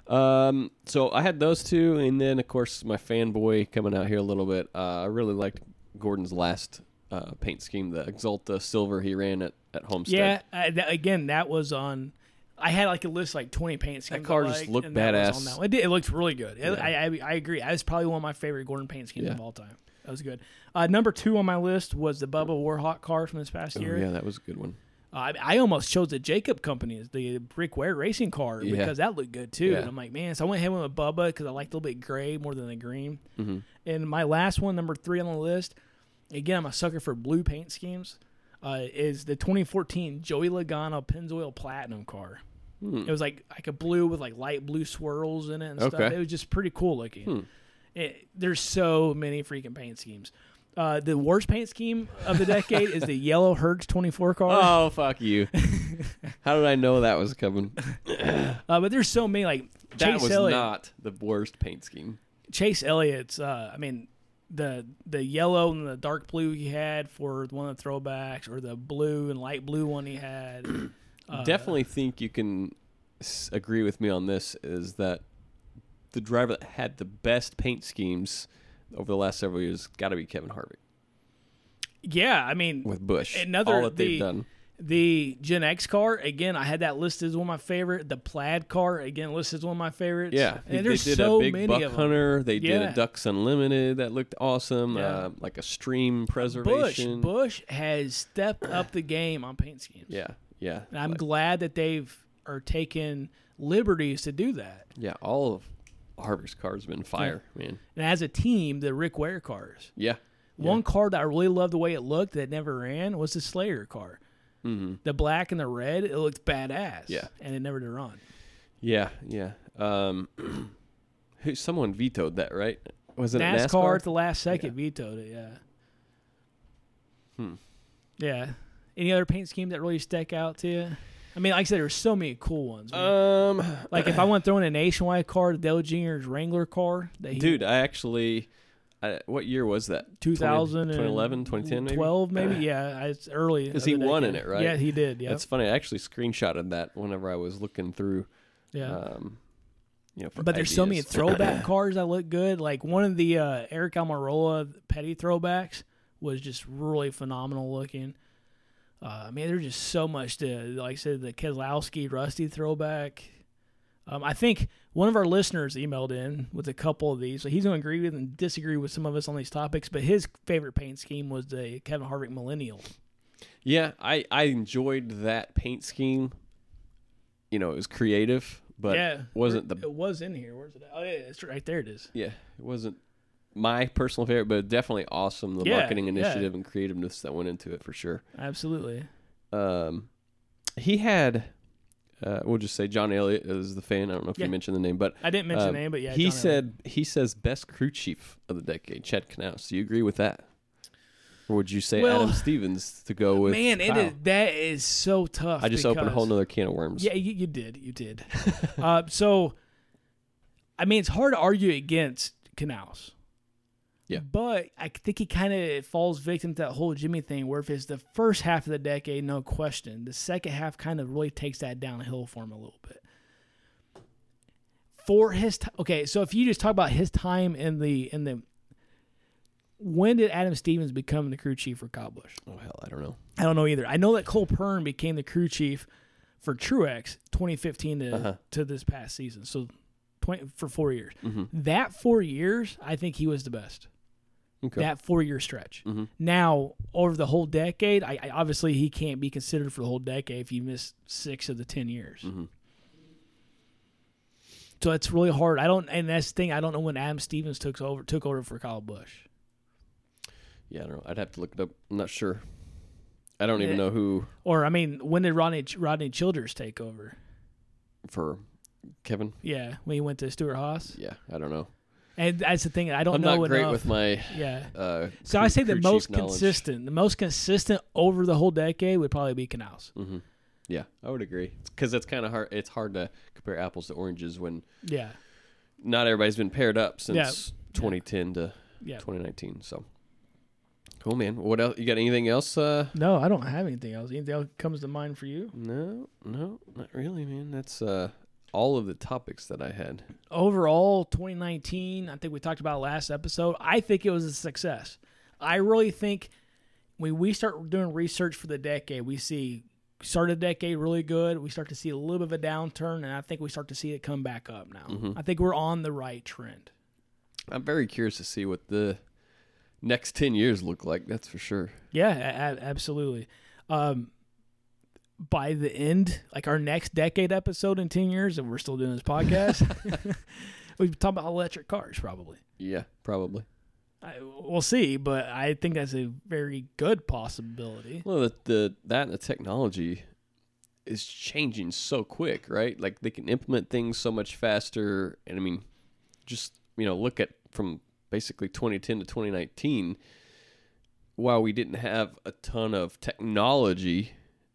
S3: Um, so I had those two, and then of course my fanboy coming out here a little bit. Uh, I really liked Gordon's last uh, paint scheme, the Exalta Silver he ran at at Homestead.
S2: Yeah, I, that, again, that was on. I had like a list like twenty paint schemes.
S3: car
S2: I
S3: just
S2: liked,
S3: looked
S2: and that was
S3: badass.
S2: on that one. It, did, it looked really good. It- I, I I agree. That was probably one of my favorite Gordon paint schemes
S3: Yeah.
S2: of all time. That was good. Uh, number two on my list was the Bubba Warhawk car from this past
S3: Oh,
S2: year.
S3: yeah, that was a good one.
S2: I, I almost chose the Jacob Company as the Brick Ware racing car
S3: Yeah.
S2: because that looked good too.
S3: Yeah.
S2: And I'm like, man, so I went ahead and went with Bubba because I liked a little bit gray more than the green.
S3: Mm-hmm.
S2: And my last one, number three on the list, again, I'm a sucker for blue paint schemes, uh, is the 2014 Joey Logano Pennzoil Platinum car.
S3: Hmm.
S2: It was like like a blue with like light blue swirls in it and stuff.
S3: Okay. Hmm.
S2: It was just pretty cool looking. It, there's so many freaking paint schemes. Uh, the worst paint scheme of the decade is the yellow Hertz 24 car.
S3: Oh fuck you! How did I know that was coming?
S2: Uh, but there's so many like
S3: That
S2: Chase
S3: was
S2: Elliott.
S3: not the worst paint scheme.
S2: Chase Elliott's. Uh, I mean, the the yellow and the dark blue he had for one of the throwbacks, or the blue and light blue one he had. Uh,
S3: Definitely think you can s- agree with me on this. Is that the driver that had the best paint schemes over the last several years? Got to be Kevin Harvick
S2: yeah, I mean,
S3: with Bush.
S2: Another-
S3: all that they've
S2: the-
S3: done.
S2: the Gen X car again. I had that listed as one of my favorite. The plaid car again listed as one of my favorites.
S3: Yeah,
S2: and
S3: they
S2: there's
S3: did
S2: so
S3: a big
S2: many
S3: buck
S2: of them.
S3: hunter. They did
S2: Yeah.
S3: a ducks unlimited that looked awesome.
S2: Yeah.
S3: Uh, like a stream
S2: Bush
S3: preservation.
S2: Bush has stepped up the game on paint schemes.
S3: Yeah, yeah.
S2: and I'm
S3: Like,
S2: glad that they've are taking liberties to do that.
S3: yeah, all of Harvick's car's been fire, man.
S2: And as a team, the Rick Ware cars.
S3: Yeah,
S2: One car that I really loved the way it looked that never ran was the Slayer car. Mm-hmm. The black and the red, it looked badass.
S3: Yeah.
S2: And it never did run.
S3: yeah, yeah. Um, who? Someone vetoed that, right? Was it
S2: NASCAR,
S3: NASCAR?
S2: at the last second vetoed it, yeah. Hmm. Yeah. Any other paint scheme that really stuck out to you? I mean, like I said, there's so many cool ones. man.
S3: um,
S2: like if I want to throw in a nationwide car, the Dale Jr.'s Wrangler car, that he,
S3: dude, I actually. I, what year was that?
S2: 2000 and
S3: 2011, 2010, maybe?
S2: 12 maybe, yeah, it's early. Because
S3: he won in it, right?
S2: Yeah, he did. Yeah,
S3: That's funny. I actually screenshotted that whenever I was looking through.
S2: yeah.
S3: Um, you know, for
S2: But there's so many
S3: ideas.
S2: throwback cars that look good. Like one of the uh, Eric Almirola petty throwbacks was just really phenomenal looking. Uh, man, there's just so much to, like I said, the Keselowski Rusty throwback. Um, I think one of our listeners emailed in with a couple of these. So he's going to agree with and disagree with some of us on these topics, but his favorite paint scheme was the Kevin Harvick Millennial.
S3: Yeah, I I enjoyed that paint scheme. You know, it was creative, but
S2: yeah.
S3: wasn't the
S2: It was in here. Where's it at? Oh, yeah, it's right there. It is.
S3: yeah, it wasn't my personal favorite, but definitely awesome the
S2: Yeah,
S3: marketing
S2: yeah.
S3: initiative and creativeness that went into it for sure.
S2: Absolutely.
S3: Um he had uh, we'll just say John Elliott is the fan. I don't know if
S2: Yeah.
S3: you mentioned the name, but
S2: I didn't mention
S3: um,
S2: the name, but yeah.
S3: he
S2: John Elway.
S3: said he says best crew chief of the decade, Chad Knaus. Do you agree with that, or would you say
S2: Well,
S3: Adam Stevens to go with?
S2: Man, it
S3: Kyle?
S2: is, that is so tough.
S3: I just opened a
S2: because-
S3: whole nother can of worms.
S2: Yeah, you, you did. You did. uh, so, I mean, it's hard to argue against Canals.
S3: Yeah.
S2: But I think he kind of falls victim to that whole Jimmy thing where if it's the first half of the decade, no question, the second half kind of really takes that downhill for him a little bit. For his t- okay, so if you just talk about his time in the in the when did Adam Stevens become the crew chief for Kyle Busch?
S3: Oh hell, I don't know.
S2: I don't know either. I know that Cole Pern became the crew chief for Truex 2015 to, to this past season. So 20, for four years. That four years, I think he was the best.
S3: Okay.
S2: That four year stretch. Now, over the whole decade, I, I obviously he can't be considered for the whole decade if you miss six of the 10 years. So it's really hard. I don't, and that's the thing. I don't know when Adam Stevens took over took over for Kyle Busch.
S3: Yeah, I don't know. I'd have to look it up. I'm not sure. I don't even
S2: Yeah.
S3: know who
S2: Or I mean, when did Rodney Rodney Childers take over?
S3: for Kevin.
S2: Yeah, when he went to Stuart Haas.
S3: Yeah, I don't know.
S2: And that's the thing. I don't
S3: I'm
S2: know
S3: not great
S2: enough.
S3: with my.
S2: yeah.
S3: Uh,
S2: So
S3: crew-
S2: I say the
S3: crew chief
S2: most
S3: knowledge.
S2: consistent, the most consistent over the whole decade would probably be Canals.
S3: Yeah, I would agree because it's kind of hard. It's hard to compare apples to oranges when
S2: Yeah.
S3: not everybody's been paired up since 2010 to
S2: Yeah.
S3: 2019. So cool, man. What else? You got anything else? Uh,
S2: No, I don't have anything else. Anything else comes to mind for you?
S3: no, no, not really, man. That's uh, all of the topics that I had.
S2: Overall, 2019, I think we talked about last episode. I think it was a success. I really think when we start doing research for the decade, we see start of the decade really good. We start to see a little bit of a downturn, and I think we start to see it come back up now.
S3: Mm-hmm.
S2: I think we're on the right trend.
S3: I'm very curious to see what the next 10 years look like. That's for sure.
S2: Yeah, a- a- absolutely. Um, by the end, like our next decade episode in 10 years, if we're still doing this podcast, we've talked about electric cars probably.
S3: Yeah, probably.
S2: I, we'll see, but I think that's a very good possibility.
S3: Well, the, the that and the technology is changing so quick, right? Like they can implement things so much faster, and I mean, just you know, look at from basically 2010 to 2019. While we didn't have a ton of technology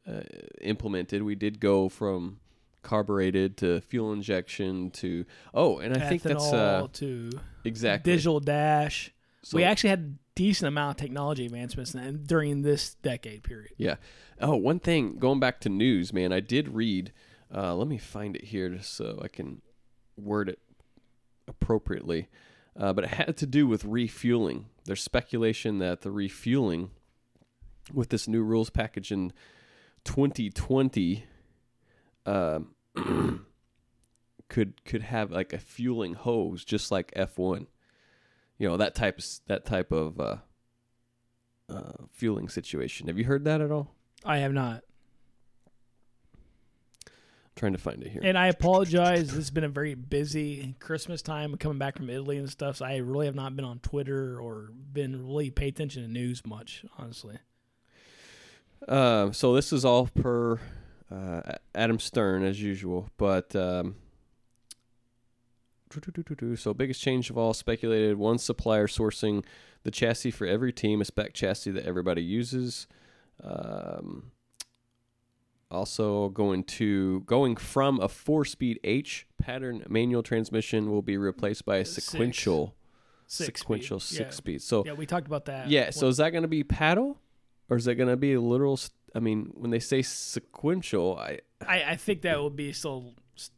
S3: uh, implemented, we did go from carbureted to fuel injection to oh, and I think that's uh,
S2: Ethanol to
S3: exactly
S2: digital dash.
S3: So-
S2: we actually had a decent amount of technology advancements in- during this decade period.
S3: Yeah. Oh, one thing going back to news, man. I did read. Uh, let me find it here just so I can word it appropriately. Uh, but it had to do with refueling. There's speculation that the refueling with this new rules package in 2020 um, could could have like a fueling hose, just like F1. You know that type of s- that type of uh, uh, fueling situation. Have you heard that at all?
S2: I have not.
S3: trying to find it here.
S2: And I apologize. This has been a very busy Christmas time coming back from Italy and stuff. So I really have not been on Twitter or been really pay attention to news much, honestly.
S3: Um, so this is all per uh, A- Adam Stern as usual, but um, so biggest change of all speculated one supplier sourcing the chassis for every team, a spec chassis that everybody uses. Um, also going to going from a four-speed H pattern manual transmission will be replaced by a
S2: Six.
S3: sequential
S2: Six
S3: sequential
S2: speed.
S3: six
S2: yeah.
S3: speed. So
S2: Yeah, we talked about that.
S3: Yeah. So is that going to be paddle, or is that going to be literal? s- I mean, when they say sequential, I
S2: I, I think that will be still s-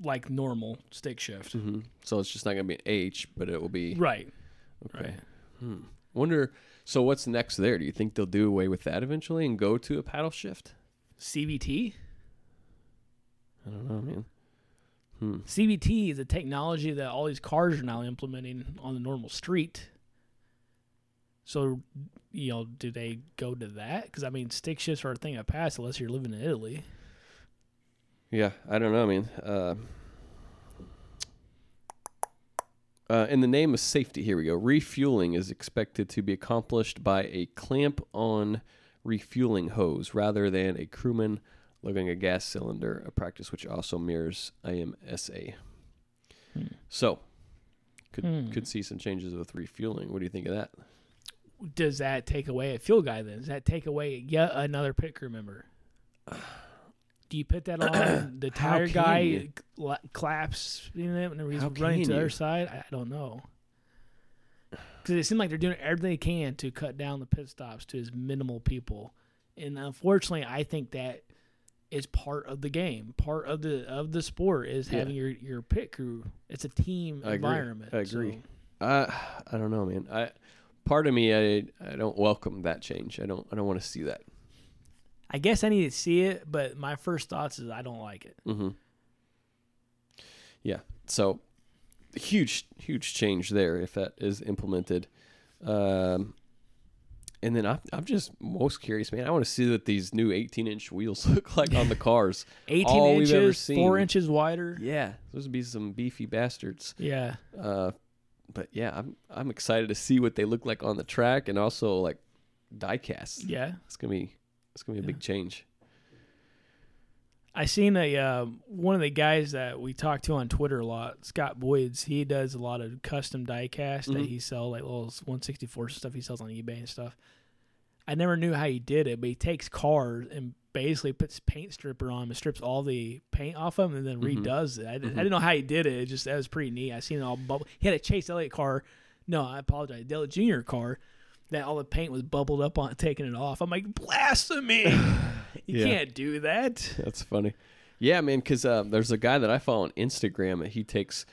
S2: like normal stick shift.
S3: mm-hmm, so it's just not going to be an H, but it will be.
S2: Right.
S3: Okay. Hmm. Wonder. So what's next there? Do you think they'll do away with that eventually and go to a paddle shift?
S2: CVT?
S3: I don't know, man. Hmm.
S2: CVT is a technology that all these cars are now implementing on the normal street. So, you know, do they go to that? Because, I mean, stick shifts are a thing of the past unless you're living in Italy.
S3: Yeah, I don't know, man. Uh, uh, in the name of safety, here we go. Refueling is expected to be accomplished by a clamp on refueling hose rather than a crewman lugging a gas cylinder, a practice which also mirrors IMSA. So, could could see some changes with refueling. What do you think of that?
S2: Does that take away a fuel guy then? Does that take away yet another pit crew member? Do you put that on the
S3: How
S2: tire
S3: can
S2: guy
S3: you?
S2: cla- claps you know, whenever he's
S3: How
S2: running to
S3: can
S2: the
S3: you?
S2: other side? I I don't know. Because it seems like they're doing everything they can to cut down the pit stops to as minimal people, and unfortunately, I think that is part of the game, part of the of the sport is
S3: Yeah.
S2: having your your pit crew. It's a team
S3: I agree.
S2: environment.
S3: I agree.
S2: so-
S3: Uh, I don't know, man. I part of me, I I don't welcome that change. I don't I don't want to see that.
S2: I guess I need to see it, but my first thoughts is I don't like it.
S3: Yeah. So huge, huge change there if that is implemented. Um, and then I'm, I'm just most curious, man. I want to see what these new 18 inch wheels look like on the cars.
S2: 18
S3: All
S2: inches,
S3: we've ever seen.
S2: four inches wider.
S3: Yeah, those would be some beefy bastards.
S2: Yeah.
S3: Uh, but yeah, I'm I'm excited to see what they look like on the track and also like diecast.
S2: Yeah.
S3: It's gonna be it's gonna be a big change.
S2: I seen a uh, one of the guys that we talk to on Twitter a lot, Scott Boyd's. He does a lot of custom diecast that he sell like little 164 stuff he sells on eBay and stuff. I never knew how he did it, but he takes cars and basically puts paint stripper on him, strips all the paint off him, and then redoes it. I, didn't- I didn't know how he did it. It just that was pretty neat. I seen it all bubble. He had a Chase Elliott car. No, I apologize. Dale Jr. car that all the paint was bubbled up on, taking it off. I'm like blasphemy. you
S3: Yeah.
S2: can't do that.
S3: That's funny. Yeah, man, because uh, there's a guy that I follow on Instagram, and he takes,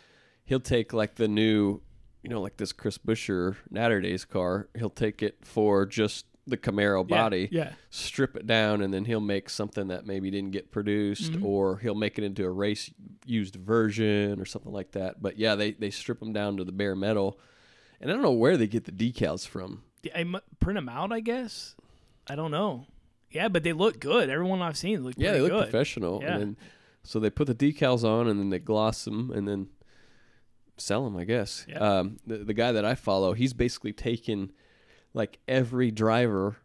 S3: he'll take like the new, you know, like this Chris Busher Natterdays car. He'll take it for just the Camaro
S2: Yeah,
S3: body,
S2: yeah.
S3: strip it down, and then he'll make something that maybe didn't get produced,
S2: Mm-hmm.
S3: or he'll make it into a race used version or something like that. But yeah, they they strip them down to the bare metal, and I don't know where they get the decals from.
S2: I mu- print them out, I guess. I don't know. Yeah, but they look good. Everyone I've seen look
S3: Yeah, they
S2: pretty
S3: look
S2: good.
S3: professional.
S2: Yeah.
S3: And then, so they put the decals on and then they gloss them and then sell them, I guess.
S2: Yeah.
S3: Um, the, the guy that I follow, he's basically taken like every driver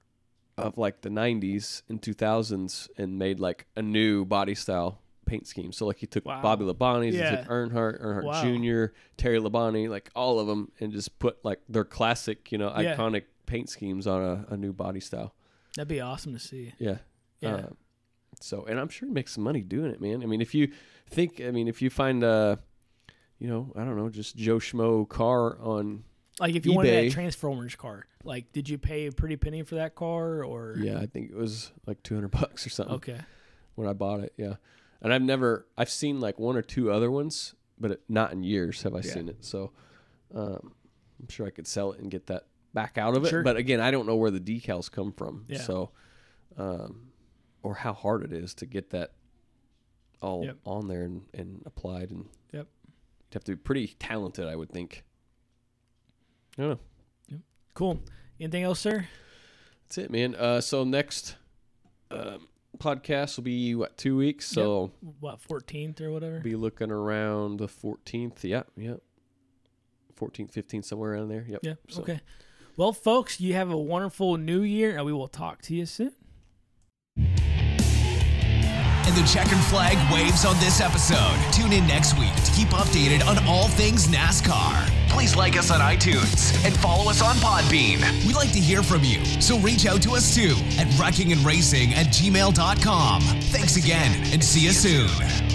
S3: of like the 90s and 2000s and made like a new body style paint scheme. So like he took
S2: Wow.
S3: Bobby Labonte's, he
S2: Yeah.
S3: took Earnhardt, Earnhardt
S2: Wow.
S3: Jr., Terry Labonte, like all of them and just put like their classic, you know,
S2: Yeah.
S3: iconic paint schemes on a, a new body style.
S2: That'd be awesome to see.
S3: Yeah.
S2: Yeah.
S3: Uh, so, and I'm sure he makes some money doing it, man. I mean, if you think, I mean, if you find, uh, you know, I don't know, just Joe Schmo car on,
S2: Like if you wanted that
S3: eBay.
S2: Transformers car, like did you pay a pretty penny for that car or
S3: yeah, I think it was like 200 bucks or something
S2: Okay.
S3: when I bought it. Yeah. And I've never, I've seen like one or two other ones, but it, not in years have I seen it. So, um, I'm sure I could sell it and get that back out of it.
S2: Sure.
S3: But again, I don't know where the decals come from.
S2: Yeah.
S3: So, um, or how hard it is to get that all
S2: Yep.
S3: on there and, and applied and
S2: Yep.
S3: You'd have to be pretty talented, I would think. I don't know.
S2: Cool. Anything else, sir?
S3: That's it, man. Uh, so next um, podcast will be what two weeks. So
S2: What, fourteenth or whatever?
S3: be looking around the fourteenth. Yeah, yeah. Fourteenth, fifteenth, somewhere around there. Yep.
S2: yeah.
S3: so-
S2: Okay. Well, folks, you have a wonderful new year and we will talk to you soon.
S1: And the checkered flag waves on this episode. Tune in next week to keep updated on all things NASCAR. Please like us on iTunes and follow us on Podbean. We'd like to hear from you, so reach out to us too at wreckingandracing at gmail.com. Thanks again and see you soon.